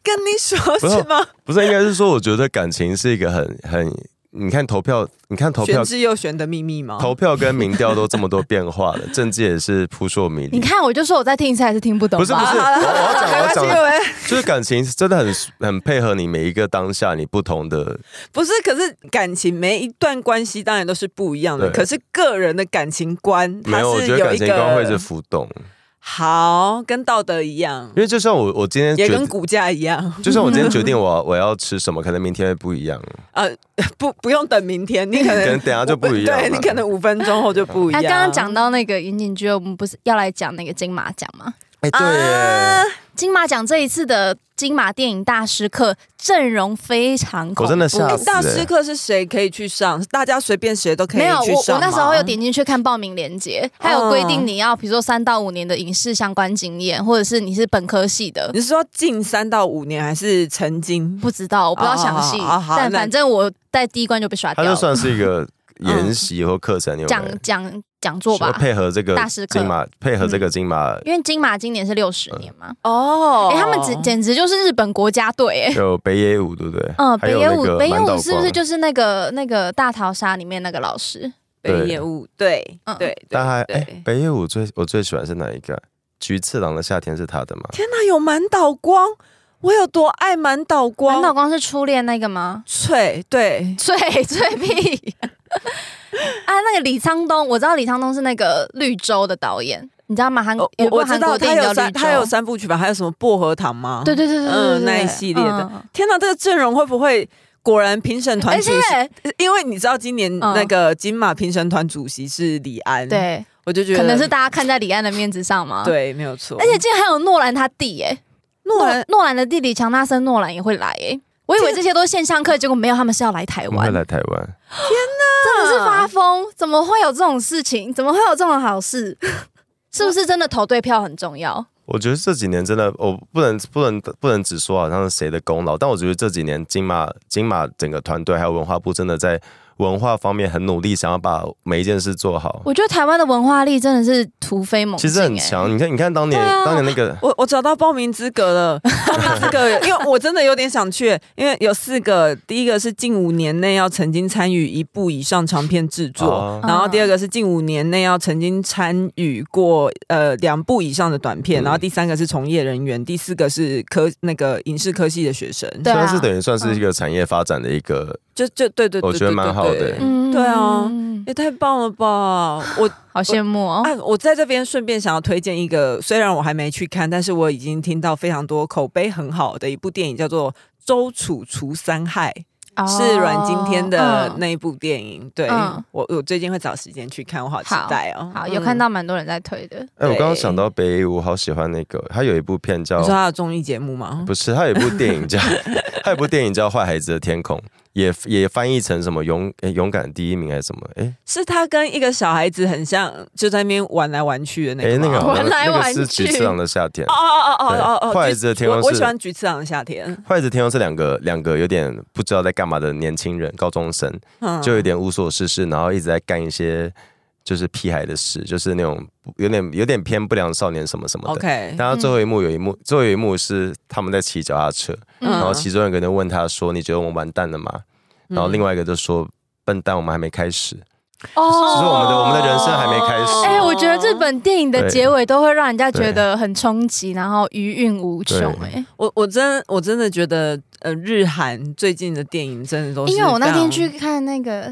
A: 跟你说
B: 不是
A: 是吗？
B: 不是应该是说，我觉得感情是一个很很，你看投票，你看投
A: 玄
B: 票，
A: 之又玄的秘密吗？
B: 投票跟民调都这么多变化 了，政界也是扑朔迷
C: 你
B: 离。
C: 看，我就说我在听一次还是听不懂
B: 嗯不
C: 吧。
B: 是不
A: 好
B: 是，
A: 了
B: 我
A: 好了
B: 我要讲我
A: 没
B: 要
A: 关系，
B: 讲
A: 因
B: 的，
A: 为
B: 就是感情是真的很很配合你每一个当下你不同的，
A: 不是，可是感情每一段关系当然都是不一样的，
B: 对
A: 可是个人的感情观，
B: 没
A: 它
B: 有，我
A: 是
B: 觉得
A: 有
B: 感
A: 一
B: 情观会是
A: 个
B: 浮动，
A: 好，跟道德一样
B: 因，为就像我我今天
A: 也
B: 决
A: 跟，股价一样，
B: 就像我今天决 定我我要吃什么，可能明天会不一样，
A: 呃，不不用等明天，你可
B: 可
C: 呃
B: 能
A: 能。
B: 等一下就不一样了。
A: 对你可能五分钟后就不一
C: 他
A: 样。
C: 哎刚刚讲到那个云锦剧，我们不是要来讲那个金马奖吗？
B: 哎对耶。
A: 啊
C: 金马奖这一次的金马电影大师课阵容非常恐怖，
B: 我真的吓死
A: 大
B: 欸
A: 师课是谁可以去上？大家随便谁都可以
C: 没有，
A: 去
C: 我
A: 上
C: 我那时候
A: 吗
C: 有点进去看报名链接，还有规定
A: 嗯
C: 你要比如说三到五年的影视相关经验，或者是你是本科系的，
A: 你是说近三到五年还是曾经？
C: 不知道，我不知道详细
A: 哦好好好，
C: 但
A: 那
C: 反正我在第一关就被刷
B: 它
C: 掉
B: 就
C: 了。
B: 算是一个研习或课程，有没有
C: 嗯讲讲讲座吧
B: 是，配合这个
C: 大师课嗯
B: 金马，配合这个金马
C: 因为金马今年是六十年嘛，
A: 哦
C: 哎、他们简简直就是日本国家队、哎。
B: 有北野武，对不对？
C: 嗯，
B: 还
C: 北
B: 有
C: 野
B: 那
C: 武，
B: 个
C: 北野
B: 满岛
C: 武是不是
B: 光
C: 就是那个那个大逃杀里面那个老师？
A: 北
B: 对
A: 野武，对
C: 嗯
A: 对
B: 但还
A: 对
B: 哎，
A: 对。
B: 北野武最我最喜欢是哪一个？菊次郎的夏天是他的吗？
A: 天哪，有满岛光，我有多爱满岛光？
C: 满岛光是初恋那个吗？
A: 翠，对
C: 脆脆屁啊！那个李沧东，我知道李沧东是那个绿洲的导演，你知道吗？韩
A: 哦
C: 国
A: 我
C: 有部
A: 我知
C: 韩
A: 道
C: 国
A: 他
C: 电影叫
A: 有
C: 《绿
A: 三
C: 洲》，
A: 他有三部曲吧？还有什么薄荷糖吗？
C: 对对对对对对
A: 嗯
C: 对
A: 那一系列的
C: 嗯
A: 天哪，这个阵容会不会？果然评审团
C: 而
A: 主
C: 且
A: 席，因为你知道今年
C: 嗯
A: 那个金马评审团主席是李安，，
C: 对，
A: 我就觉得
C: 可能是大家看在李安的面子上嘛。，
A: 对，没有错。
C: 而且竟然还有诺兰他弟耶、
A: 诺兰
C: 诺兰的弟弟强纳森诺兰也会来耶、我以为这些都是线上课，结果没有，他们是要来台
B: 我们
C: 湾
B: 会，来台湾，
C: 真的是发疯！怎么会有这种事情？怎么会有这种好事？ 是不是真的投对票很重要？
B: 我觉得这几年真的，我不能不能不能只说好像是谁的功劳，但我觉得这几年金马金马整个团队还有文化部真的在文化方面很努力，想要把每一件事做好，
C: 我觉得台湾的文化力真的是突飞猛进、
B: 其
C: 欸，
B: 实很强。你看，你看当年
C: 对啊
B: 当年那个
A: 我我找到报名资格 了，报名资格，因为我真的有点想去，因为有四个，第一个是近五年内要曾经参与一部以上长片制作，
B: 哦
A: 然
C: 嗯
A: 后第二个是近五年内要曾经参与过呃两部以上的短片，
B: 嗯
A: 然后第三个是从业人员，第四个是科那个影视科系的学生，
C: 对啊
B: 算是等于算是一个产业发展的一个，
A: 就就对对对，
B: 我觉得
A: 对
B: 蛮好的
A: 对
B: 欸
C: 嗯
A: 对啊也太棒了吧！我
C: 好羡慕哦。
A: 啊，我在这边顺便想要推荐一个，虽然我还没去看，但是我已经听到非常多口碑很好的一部电影，叫做《周楚除三害》，啊是阮经天的
C: 哦嗯
A: 那一部电影。对、
C: 嗯
A: 我，我最近会找时间去看，我好期待哦。
C: 好，
A: 嗯
C: 有看、到蛮多人在推的，
B: 哎、我刚刚
A: 对
B: 想到北野武，好喜欢那个，他有一部片叫
A: 你说他的综艺节目吗？
B: 哦不是，他有一部电 影叫 他有一部电影叫《坏孩子的天空》，也也翻译成什么勇、哎勇敢第一名还是什么？哎、
A: 是他跟一个小孩子很像，就在那边玩来玩去的那个
B: 哎、
A: 吗。
B: 那个好像
C: 玩来
B: 那
C: 玩
B: 个是
C: 去
B: 菊次郎的夏天，
A: 哦哦哦哦哦哦，
B: 对坏孩子的天
A: 我
B: 空
A: 我
B: 是
A: 喜欢菊次郎的夏天，
B: 坏孩子的天空是两个两个有点不知道在干嘛的年轻人，高中生
A: 嗯
B: 就有点无所事事，然后一直在干一些就是屁孩的事，就是那种有点有点偏不良少年什么什么的。
A: OK，
B: 但他最后一幕有一幕，最后一幕是他们在骑脚踏车，
A: 嗯
B: 然后其中一个人问他说：“你觉得我们完蛋了吗？”然后另外一个就说：“笨蛋，我们还没开始。”
C: 哦
B: 就是我们的我们的人生还没开
A: 哦
B: 始
C: 哎、我觉得日本电影的结尾都会让人家觉得很冲击，然后余韵无穷、
B: 对
C: 哎，
A: 我我真我真的觉得，呃，日韩最近的电影真的都是
C: 因为我那天
A: 非
C: 去看那个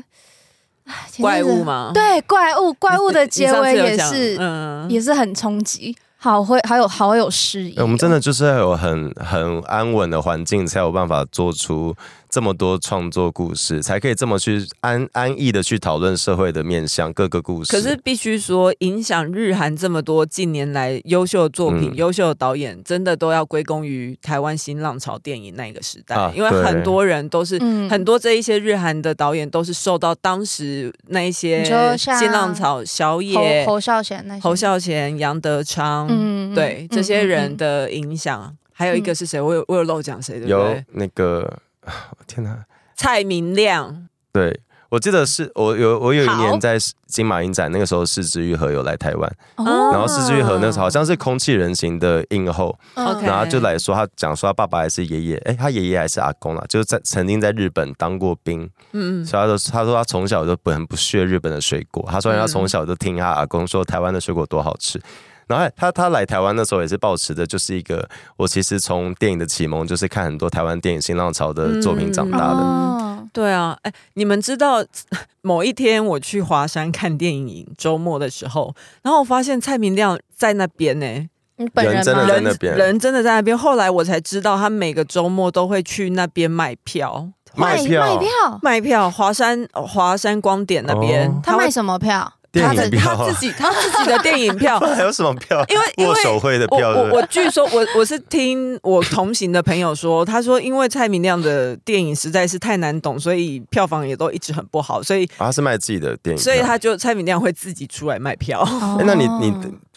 C: 唉
A: 常
C: 前阵子
A: 怪物嘛，
C: 对怪物，怪物的
A: 你
C: 结
A: 上次
C: 尾
A: 有
C: 也
A: 讲
C: 是、
A: 嗯
C: 也是很冲击，好会好有好有诗意、哦
B: 哎我们真的就是要有很很安稳的环境，才有办法做出这么多创作故事，才可以这么去安安逸的去讨论社会的面向各个故事。
A: 可是必须说，影响日韩这么多近年来优秀的作品、
B: 嗯
A: 优、秀的导演，真的都要归功于台湾新浪潮电影那个时代，
B: 啊
A: 因为
B: 对
A: 很多人都是。
C: 嗯
A: 很多这一些日韩的导演都是受到当时那一些
C: 你说像
A: 新浪潮、小野、
C: 侯侯孝贤那些
A: 侯孝贤、杨德昌，
C: 嗯
A: 对
C: 嗯
A: 这些人
C: 嗯
A: 的影响。还有一个是谁？我有我有漏讲谁对不
B: 有
A: 对？
B: 那个，啊天哪！
A: 蔡明亮，
B: 对，我记得是我有我有一
C: 好
B: 年在金马影展，那个时候是之愈合有来台湾，
C: 哦
B: 然后是之愈合那时候好像是《空气人形》的映后，
C: 嗯
A: 啊 OK
B: 然后他就来说他讲说他爸爸还是爷爷，哎，他爷爷还是阿公啦，就是在曾经在日本当过兵，
A: 嗯，
B: 所以他说他说他从小就很不屑日本的水果，他说
A: 嗯
B: 他从小就听他阿公说台湾的水果多好吃。然后他他来台湾的时候也是保持的，就是一个我其实从电影的启蒙就是看很多台湾电影新浪潮的作品长
A: 嗯
B: 大的，
C: 哦
A: 对啊，哎，你们知道 某一天我去华山看电影，周末的时候，然后我发现蔡明亮在那边呢、
C: 你本
B: 嗯
C: 人
B: 人真的
C: 吗
B: 在
A: 人
B: 那边
A: 人真的在那边。后来我才知道，他每个周末都会去那边卖票，
C: 卖卖票，
A: 卖票。华山哦华山光点那边，
B: 哦
C: 他
A: 会
C: 卖什么票？
A: 他
B: 电
A: 的
B: 影票，
A: 他自己他自己的电影 票
B: 还有什么票？
A: 因为因为
B: 握手会的
A: 我
B: 票，对
A: 我
B: 不对
A: 我据说我我是听我 同行的朋友说，他说因为蔡明亮的电影实在是太难懂，所以票房也都一直很不好，所以
B: 啊他是卖自己的电影票，
A: 所以他就蔡明亮会自己出来卖票。
B: 哎，那你
C: 哦
B: 你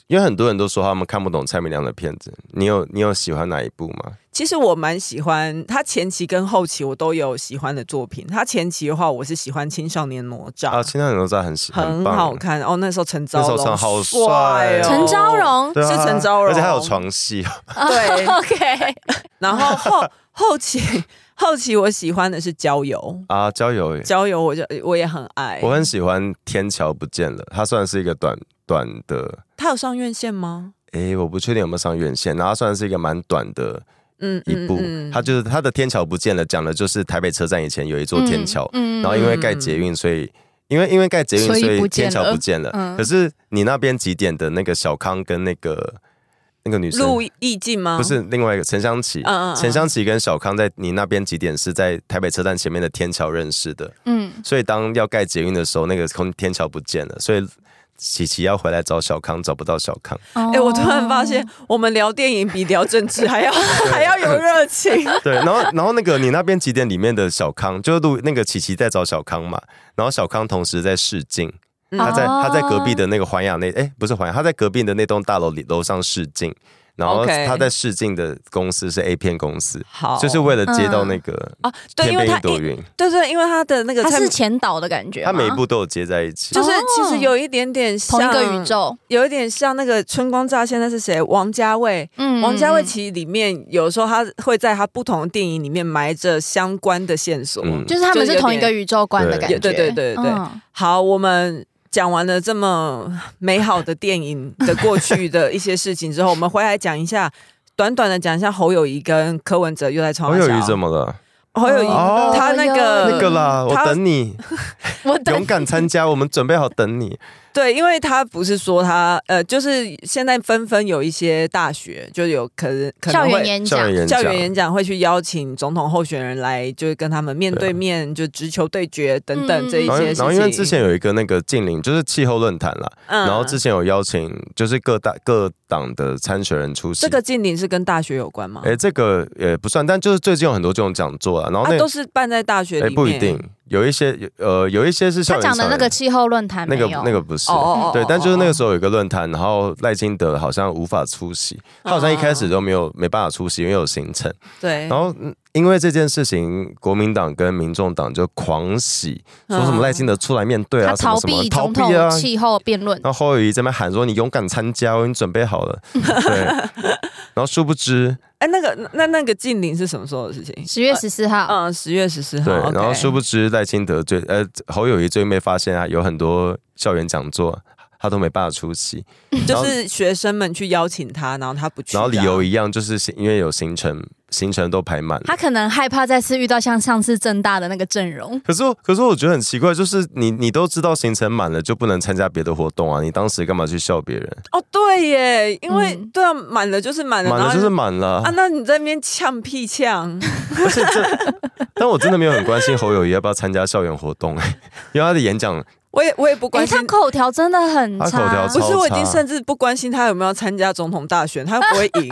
B: 因为很多人都说他们看不懂蔡明亮的片子，你有你有喜欢哪一部吗？
A: 其实我蛮喜欢他前期跟后期我都有喜欢的作品。他前期的话，我是喜欢《青少年哪吒》
B: 啊，青少年哪吒很喜
A: 很
B: 棒
A: 好看哦。那时候陈昭
B: 那时
A: 荣
B: 候唱好帅啊
A: 帅哦，
C: 陈昭荣
B: 对啊
A: 是陈昭荣
B: 而且还有床戏，
A: 对
C: ，OK，
A: 然后后 后期后期我喜欢的是《郊游
B: 啊，交友》，
A: 《郊游》我就我也很爱。
B: 我很喜欢《天桥不见了》，它算是一个短短的，
A: 他有上院线吗？
B: 诶，我不确定有没有上院线，然后它算是一个蛮短的
A: 嗯，
B: 一
A: 嗯
B: 部，
A: 嗯
B: 它就是它的《天桥不见了》讲的就是台北车站以前有一座天桥，
C: 嗯
B: 然后因为盖捷运，所以因为因为盖捷运，
C: 所
B: 所
C: 以不
B: 以
C: 见
B: 天桥
C: 了
B: 不见了。
C: 嗯
B: 可是你那边几点的那个小康跟那个那个女
A: 陆
B: 生，
A: 意境吗？
B: 不是另外一个陈香琪
A: 嗯，嗯，嗯
B: 陈香琪跟小康在你那边几点是在台北车站前面的天桥认识的，
C: 嗯，
B: 所以当要盖捷运的时候，那个空天桥不见了，所以。琪琪要回来找小康，找不到小康。
C: 哎
A: 哎、我突然发
C: 哦
A: 现，我们聊电影比聊政治 还要还要有热情。
B: 对，然后然后那个你那边几点里面的小康，就是录那个琪琪在找小康嘛，然后小康同时在试镜，他在
C: 哦
B: 他在隔壁的那个环亚那，哎、不是环亚，他在隔壁的那栋大楼里楼上试镜，然后
A: OK
B: 他在试镜的公司是 A 片公司，
A: 好，
B: 就是为了接到那个
A: 啊，对，
B: 天
A: 因为
B: 边
A: 他
B: 一朵
A: 一
B: 云，
A: 对对，因为他的那个
C: 他
A: 蔡
C: 是
A: 明
C: 前导的感觉吗，
B: 他每一部都有接在一起。
A: 就是
C: 哦
A: 其实有一点点像
C: 同一个宇，宙，
A: 有一点像那个《春光乍现》，那是谁？王家卫。
C: 嗯
A: 王家卫其实里面有时候他会在他不同的电影里面埋着相关的线索。
B: 嗯
C: 就是他们是同一个宇宙观的感觉，
A: 对对对对对
C: 嗯
A: 好，我们讲完了这么美好的电影的过去的一些事情之后，我们回来讲一下，短短的讲一下侯友谊跟柯文哲又在吵
B: 侯
A: 啥
B: 友
A: 小。
B: 谊怎么了？
A: 侯友谊
B: 哦
A: 他那
C: 呃
A: 个
B: 那个啦，我
A: 他
B: 等你，
C: 我
B: 勇
C: 等
B: 敢参加，我们准备好等你。
A: 对，因为他不是说他呃，就是现在纷纷有一些大学就有可能可能
C: 校
A: 会
C: 园演
B: 校
C: 讲
B: 园，演
A: 校
B: 讲，
A: 园演讲会去邀请总统候选人来，就是跟他们面对面，就直球对决等等
C: 嗯
A: 这一
B: 然
A: 些
B: 后
A: 事
B: 然
A: 情。
B: 后因为之前有一个那个近邻，就是气候论坛啦，
A: 嗯，
B: 然后之前有邀请就是各大各党的参选人出席。
A: 这个禁令是跟大学有关吗？
B: 哎、这个也不算，但就是最近有很多这种讲座啊，然后
A: 啊，
B: 那
A: 都是办在大学里
B: 哎
A: 面，
B: 不一定，有一些有呃有一些是校
C: 他
B: 园
C: 讲的
B: 场
C: 那个气候论坛
B: 那
C: 没
B: 个
C: 有
B: 那个不是。
A: 哦。哦哦哦，
B: 对，但就是那个时
A: 候，
B: 候有一个论坛，然后赖清德
A: 哦
B: 好像无法出席，他好像一开始都没有没办法出席，因为有行程。
A: 啊对，
B: 然后嗯因为这件事情，国民党跟民众党就狂喜，说
A: 嗯
B: 什么赖清德出来面对啊，
C: 他
B: 什么
C: 逃
B: 什么
C: 避
B: 逃
C: 总
B: 避
C: 统
B: 啊。
C: 气候辩论，
B: 然后侯友谊这边喊说：“你勇敢参加哦，你准备好了。” 对。然后殊不知，
A: 哎，那个那那个禁令是什么时候的事情？
C: 十月十四号，
A: 嗯，十月十四号
B: 对。，然后
A: OK
B: 殊不知赖清德最呃侯友谊最近被发现啊，有很多校园讲座他都没办法出席，然
A: 就
B: 后
A: 是学生们去邀请他，然后他不去，
B: 然后理
A: 这样
B: 由一样，就是行因为有行程行程都排满了。
C: 他可能害怕再次遇到像上次正大的那个阵容。
B: 可是我，可是我觉得很奇怪，就是你你都知道行程满了，就不能参加别的活动啊？你当时干嘛去笑别人？
A: 哦，对耶，因为、
C: 嗯
A: 对啊，满了就是满了，
B: 满
A: 然
B: 了
A: 后
B: 就是满了
A: 啊，，那你在那边呛屁呛，
B: 而且这，但我真的没有很关心侯友谊要不要参加校园活动、欸， 因为他的演讲，
A: 我也我也不
C: 哎，
A: 关心
C: 他。口条真的很
B: 他口条
C: 差，
A: 不是，
B: 超
A: 我已经
B: 差
A: 甚至不关心他有没有参加总统大选，他又不会 赢。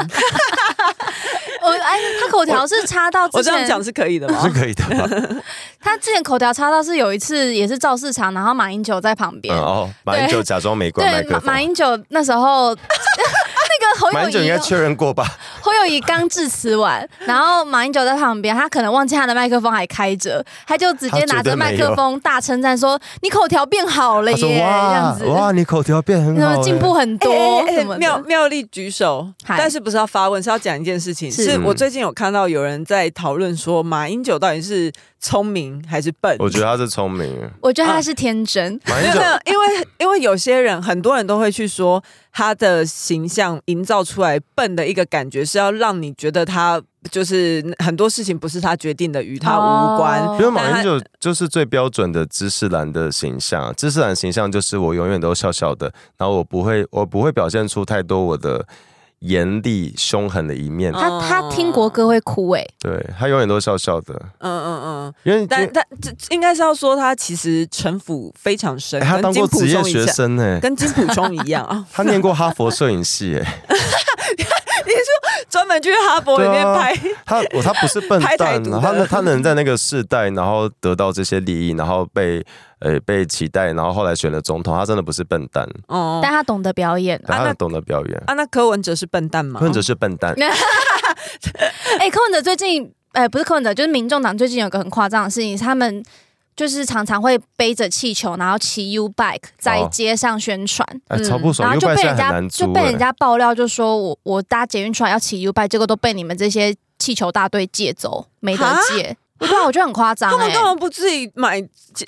C: 我哎，他口条是差到之
A: 我这样
C: 前，
A: 讲是可以的吗
B: 是？可以的吧？
C: 他之前口条差到是有一次也是造市场，然后马英九在旁边
B: 嗯，，哦，马英九假装没关麦
C: 对
B: 克
C: 马
B: 风
C: 马，英九那时候 那个侯
B: 马英九
C: 友
B: 应
C: 谊
B: 该确认过吧？
C: 侯友谊刚致辞完，然后马英九在旁边，他可能忘记他的麦克风还开着，他就直接拿着麦克风大称赞说：“你口条变好了
B: 他说
C: 耶！”这
B: 哇
C: 样子，
B: 哇，你口条变很
C: 那
B: 好、欸
C: 么进步很
A: 哎
C: 多
A: 哎哎
C: 什么
A: 妙
C: 的。
A: 妙丽举手，
C: 嗨
A: 但是不是要发问，是要讲一件事情。
C: 是
A: 是
B: 嗯
A: 我最近有看到有人在讨论说，马英九到底是聪明还是笨？
B: 我觉得他是聪 明，
C: 我觉得他是天真，
B: 马
A: 没
B: 英
A: 有
B: 九
A: 没有，因为因为有些人，很多人都会去说他的形象营造出来笨的一个感觉，是要让你觉得他就是很多事情不是他决定的，与他无关。
C: 哦
B: 因为马
A: 但他
B: 英九就是最标准的知识男的形象，知识男形象就是我永远都笑笑的，然后我不会，我不会表现出太多我的严厉凶狠的一面。
A: 嗯
C: 他他听国歌会哭哎、
A: 哦
B: 对他永远都笑笑的，
A: 嗯嗯嗯，
B: 因为因
A: 但
B: 为
A: 但这应该是要说他其实城府非常深，
B: 哎他
A: 跟
B: 当
A: 金
B: 过
A: 普
B: 职业
A: 忠一
B: 学
A: 样，
B: 生哎、
A: 跟金普忠一样啊，
B: 他念过哈佛摄影系哎、
A: 专门去哈佛里
B: 啊
A: 面拍。
B: 他我他不是笨
A: 拍台
B: 蛋
A: 独
B: 啊，
A: 的
B: 他能他能在那个世代，然后得到这些利益，然后被呃被期待，然后后来选了总统，他真的不是笨蛋，
C: 啊
A: 哦
C: 但他懂得表演。
A: 啊
B: 他
A: 那
B: 很懂得表
C: 嗯
B: 演。
A: 啊，那柯文哲是笨蛋吗？
B: 或者是笨蛋，
C: 哎、柯文哲最近，哎、不是柯文哲，就是民众党最近有个很夸张的事情，是他们就是常常会背着气球，然后骑 U bike 在
B: 哦
C: 街上宣传。
B: 哎，
A: 嗯
B: 超不
C: 然
B: 爽，
C: 后
B: 又
C: 就
B: 拜
C: 被
B: 现在
C: 人
B: 很
C: 家
B: 难
C: 就
B: 租
C: 被
B: 哎
C: 人家爆料，就说我我搭捷运出来要骑 U bike，结果都被你们这些气球大队借走，没得
A: 哈
C: 借。我对啊，我觉得很夸张
A: 他们
C: 哎、
A: 干嘛不自己买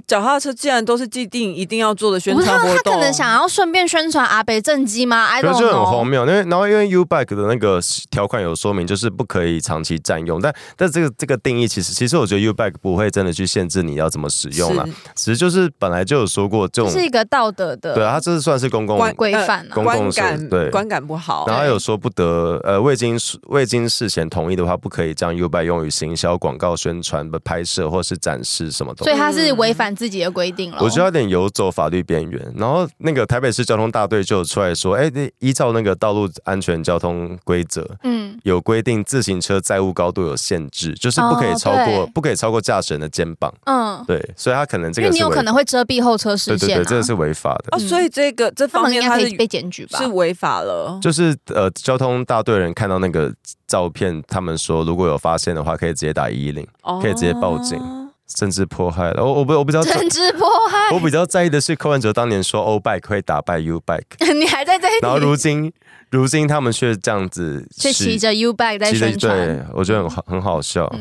A: 脚踏车？既然都是既定一定要做的宣
C: 我不知
A: 传
C: 道
A: 活动，
C: 他可能想要顺便宣传阿北政绩吗？I
B: 可
C: don't
B: 是就很
C: know
B: 荒。谬，因为然后因为 U bike 的那个条款有说明，就是不可以长期占用，但但这个这个定义其实其实我觉得 U bike 不会真的去限制你要怎么使用啦
A: 是，
B: 其实就是本来就有说过这
C: 这
B: 种，
C: 是一个道德
B: 对
C: 的
B: 啊，它这是算是公共，
A: 关
C: 规范啊
A: 呃
B: 公。
A: 观
B: 共设
A: 感
B: 对
A: 观感不好。
B: 然后还有说不得呃未经未经事前同意的话，不可以将 U bike 用于行销、广告宣传、拍摄或是展示什么东西
C: 所以他是违反自己的规定了。
B: 我觉得有点游走法律边缘。然后那个台北市交通大队就有出来说，哎，你依照那个道路安全交通规则。
C: 嗯，
B: 有规定，自行车载物高度有限制，就是不可以
C: 哦
B: 超过，
C: 对
B: 不可以超过驾驶人的肩膀。
C: 嗯，
B: 对，所以他可能这
C: 因
B: 个
C: 为
B: 是
C: 你有
B: 违
C: 可能会遮蔽后车视
B: 对对
C: 线
B: 对，
C: 啊。
B: 这个是违法的。
A: 哦，所以这个这
C: 他
A: 方
C: 们应
A: 面
C: 该
A: 他
C: 可
A: 是
C: 以被检举吧
A: 是？违法了。
B: 就是呃，交通大队人看到那个照片，他们说如果有发现的话，可以直接打一零，可以直接报警
A: 哦
B: 甚至迫害了。我我不我比较
C: 政治迫
B: 我
C: 害，
B: 比较在意的是柯文哲当年说哦欧 bike 会打败 U bike，
C: 你还在这
B: 然后
C: 里
B: 如今，如今他们却这样子
C: 去
B: 使
C: 骑着 U bike 在
B: 骑着
C: 宣传。
B: 对，我觉得很好很好笑。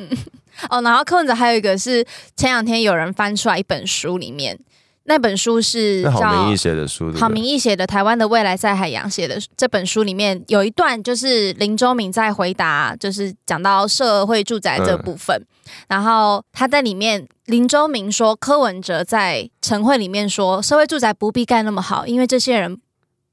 C: 哦，然后柯文哲还有一个是前两天有人翻出来一本书，里面那本书是
B: 那
C: 叫
B: 郝明义写的书，对不对
C: 郝明义写的《台湾的未来在海洋》写的这本书里面有一段，就是林周明在回答，就是讲到社会住宅这部
B: 嗯
C: 分，然后他在里面。林周明说，柯文哲在晨会里面说，社会住宅不必盖那么好，因为这些人，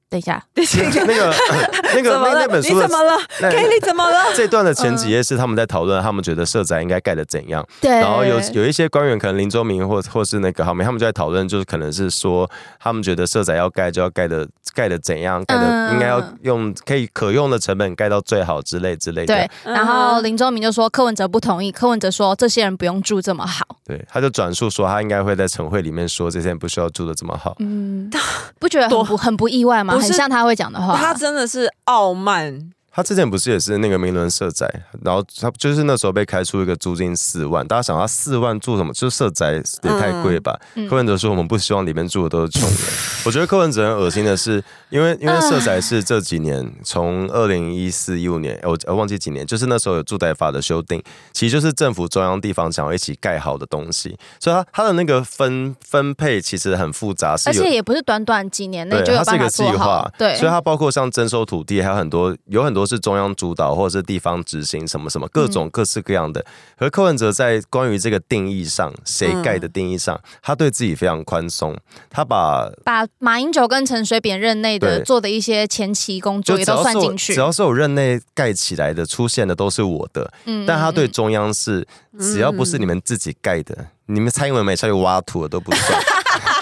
C: 等一下，
B: 那个那
A: 怎
B: 个
A: 么
B: 那
A: 了？
B: 那本
A: 你
B: 书的
A: 怎么了
B: 那
A: ？Kelly 怎么 了？
B: 这段的前几页是他们在讨论，他们觉得社宅应该盖的怎样。
C: 对，
B: 然后有有一些官员，可能林周明或或是那个郝明，他们就在讨论，就是可能是说他们觉得社宅要盖就要盖的盖的怎样，盖的
C: 嗯
B: 应该要用可以可用的成本盖到最好之类之类的
C: 对。，然后林周明就说柯文哲不同意，柯文哲说这些人不用住这么好。
B: 对，他就转述说他应该会在晨会里面说这些人不需要住的这么好。
C: 嗯，不觉得很
A: 多
C: 不很不意外吗？
A: 不
C: 很
A: 是
C: 像他会讲的话。
A: 他真的是傲慢，
B: 他之前不是也是那个名伦社宅，然后他就是那时候被开出一个租金四万，大家想他四万住什么？就是社宅也太贵吧？
C: 嗯
B: 柯文哲说我们不希望里面住的都是穷人。我觉得柯文哲很恶心的是，因为因为社宅是这几年从二零一四一五年，呃我我忘记几年，就是那时候有住宅法的修订，其实就是政府中央地方想要一起盖好的东西，所以他他的那个分分配其实很复杂，是
C: 而
B: 有
C: 且也不是短短几年内
B: 对，
C: 就有
B: 它是
C: 办
B: 一
C: 法
B: 个计
C: 做好
B: 划，，
C: 对，
B: 所以它包括像征收土地，还有很多有很多是中央主导或者是地方执行什么什么各
C: 嗯
B: 种各式各样的。而柯文哲在关于这个定义上，谁
C: 嗯
B: 盖的定义上，他对自己非常宽松，他把
C: 把马英九跟陈水扁任内的
B: 对
C: 做的一些前期工
B: 就
C: 作也
B: 只要
C: 都算
B: 是我
C: 进去
B: 只。要是我任内盖起来的出现的都是我的，
C: 嗯
B: 但他对
C: 嗯
B: 中央是只要不是你们自己盖的，你们蔡英文没下去挖土的都不算。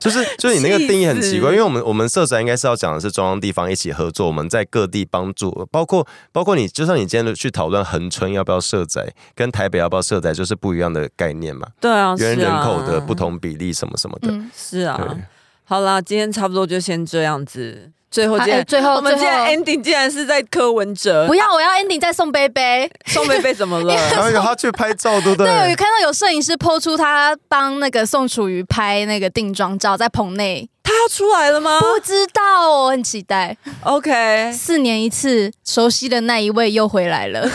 B: 就是就是你那个定义很奇怪，
A: 气死
B: 因为我们我们社宅应该是要讲的是中央地方一起合作，我们在各地帮助，包括包括你，就算你今天去讨论恒春要不要社宅，跟台北要不要社宅，就是不一样的概念嘛，
A: 对啊，
B: 原
A: 是
B: 人
A: 啊
B: 口的不，同比例什么什么的。
C: 哦嗯，
A: 是啊
B: 对。
A: 好啦，今天差不多就先这样子。最后
C: 好
A: 竟然
C: 哎最后
A: 我们
C: 最
A: 竟然
C: 后
A: ending 呃竟然是在柯文哲
C: 不， 要，我要 ending 再送杯杯。
A: 宋贝贝怎么了？
B: 然后有他去拍照，对不
C: 对，我
B: 对
C: 有？看到有摄影师抛出他帮那个宋楚瑜拍那个定妆照，在棚内，
A: 他要出来了吗
C: 不知道哦，我很期待。
A: ？OK，
C: 四年一次，熟悉的那一位又回来 了。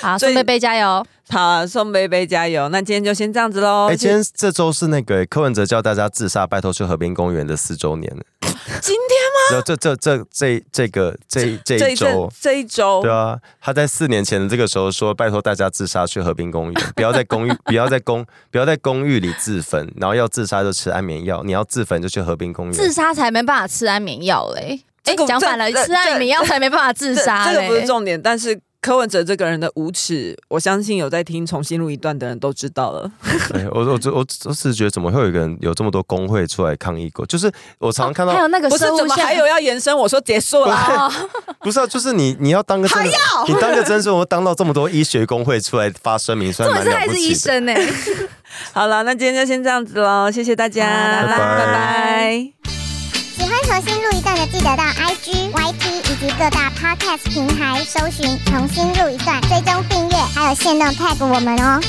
C: 好，
A: 所以
C: 宋贝贝加油！
A: 好啊，宋贝贝加油！那今天就先这样子喽。
B: 哎，今天这周是那个柯文哲教大家自杀，拜托去河滨公园的四周年。
A: 今
B: 这这这这这这个这
A: 天
B: 这一
A: 阵
B: 周，
A: 这一
C: 哦
A: 周
B: 对啊，他在四年前的这个时候说，拜托大家自杀去河滨公园，不要在公寓，不要在公，不要在公寓里自焚，然后要自杀就吃安眠药，你要自焚就去河滨公
C: 自
B: 园。
C: 杀才没办法吃安眠药嘞。哎
A: 这个，
C: 讲反了，
A: 这
C: 吃安眠药才没办法自杀
A: 这
C: 嘞。
A: 这个不是重点，但是柯文哲这个人的无耻，我相信有在听重新录一段的人都知道了。
B: 对哎我我我我只是觉得怎么会有一个人有这么多工会出来抗议过？就是我常常看到，
C: 哦还有那个
A: 不是
C: 生
A: 怎
C: 物
A: 么
C: 线
A: 还有要延伸？我说结束了，
C: 哦，
B: 不是啊，就是你你要当个真的，你当个真说，当到这么多医学工会出来发声明，算
C: 重
B: 蛮
C: 点
B: 了
C: 是还
B: 不
C: 是医
B: 起的。
C: 生呢。欸
A: 好了，那今天就先这样子喽，谢谢大家，
C: 好
B: 拜拜
A: 拜拜
D: 喜欢重新录一段的，记得到 IG、YT 以及各大 Podcast 平台搜寻“重新录一段”，追踪订阅，还有限定 tag 我们哦。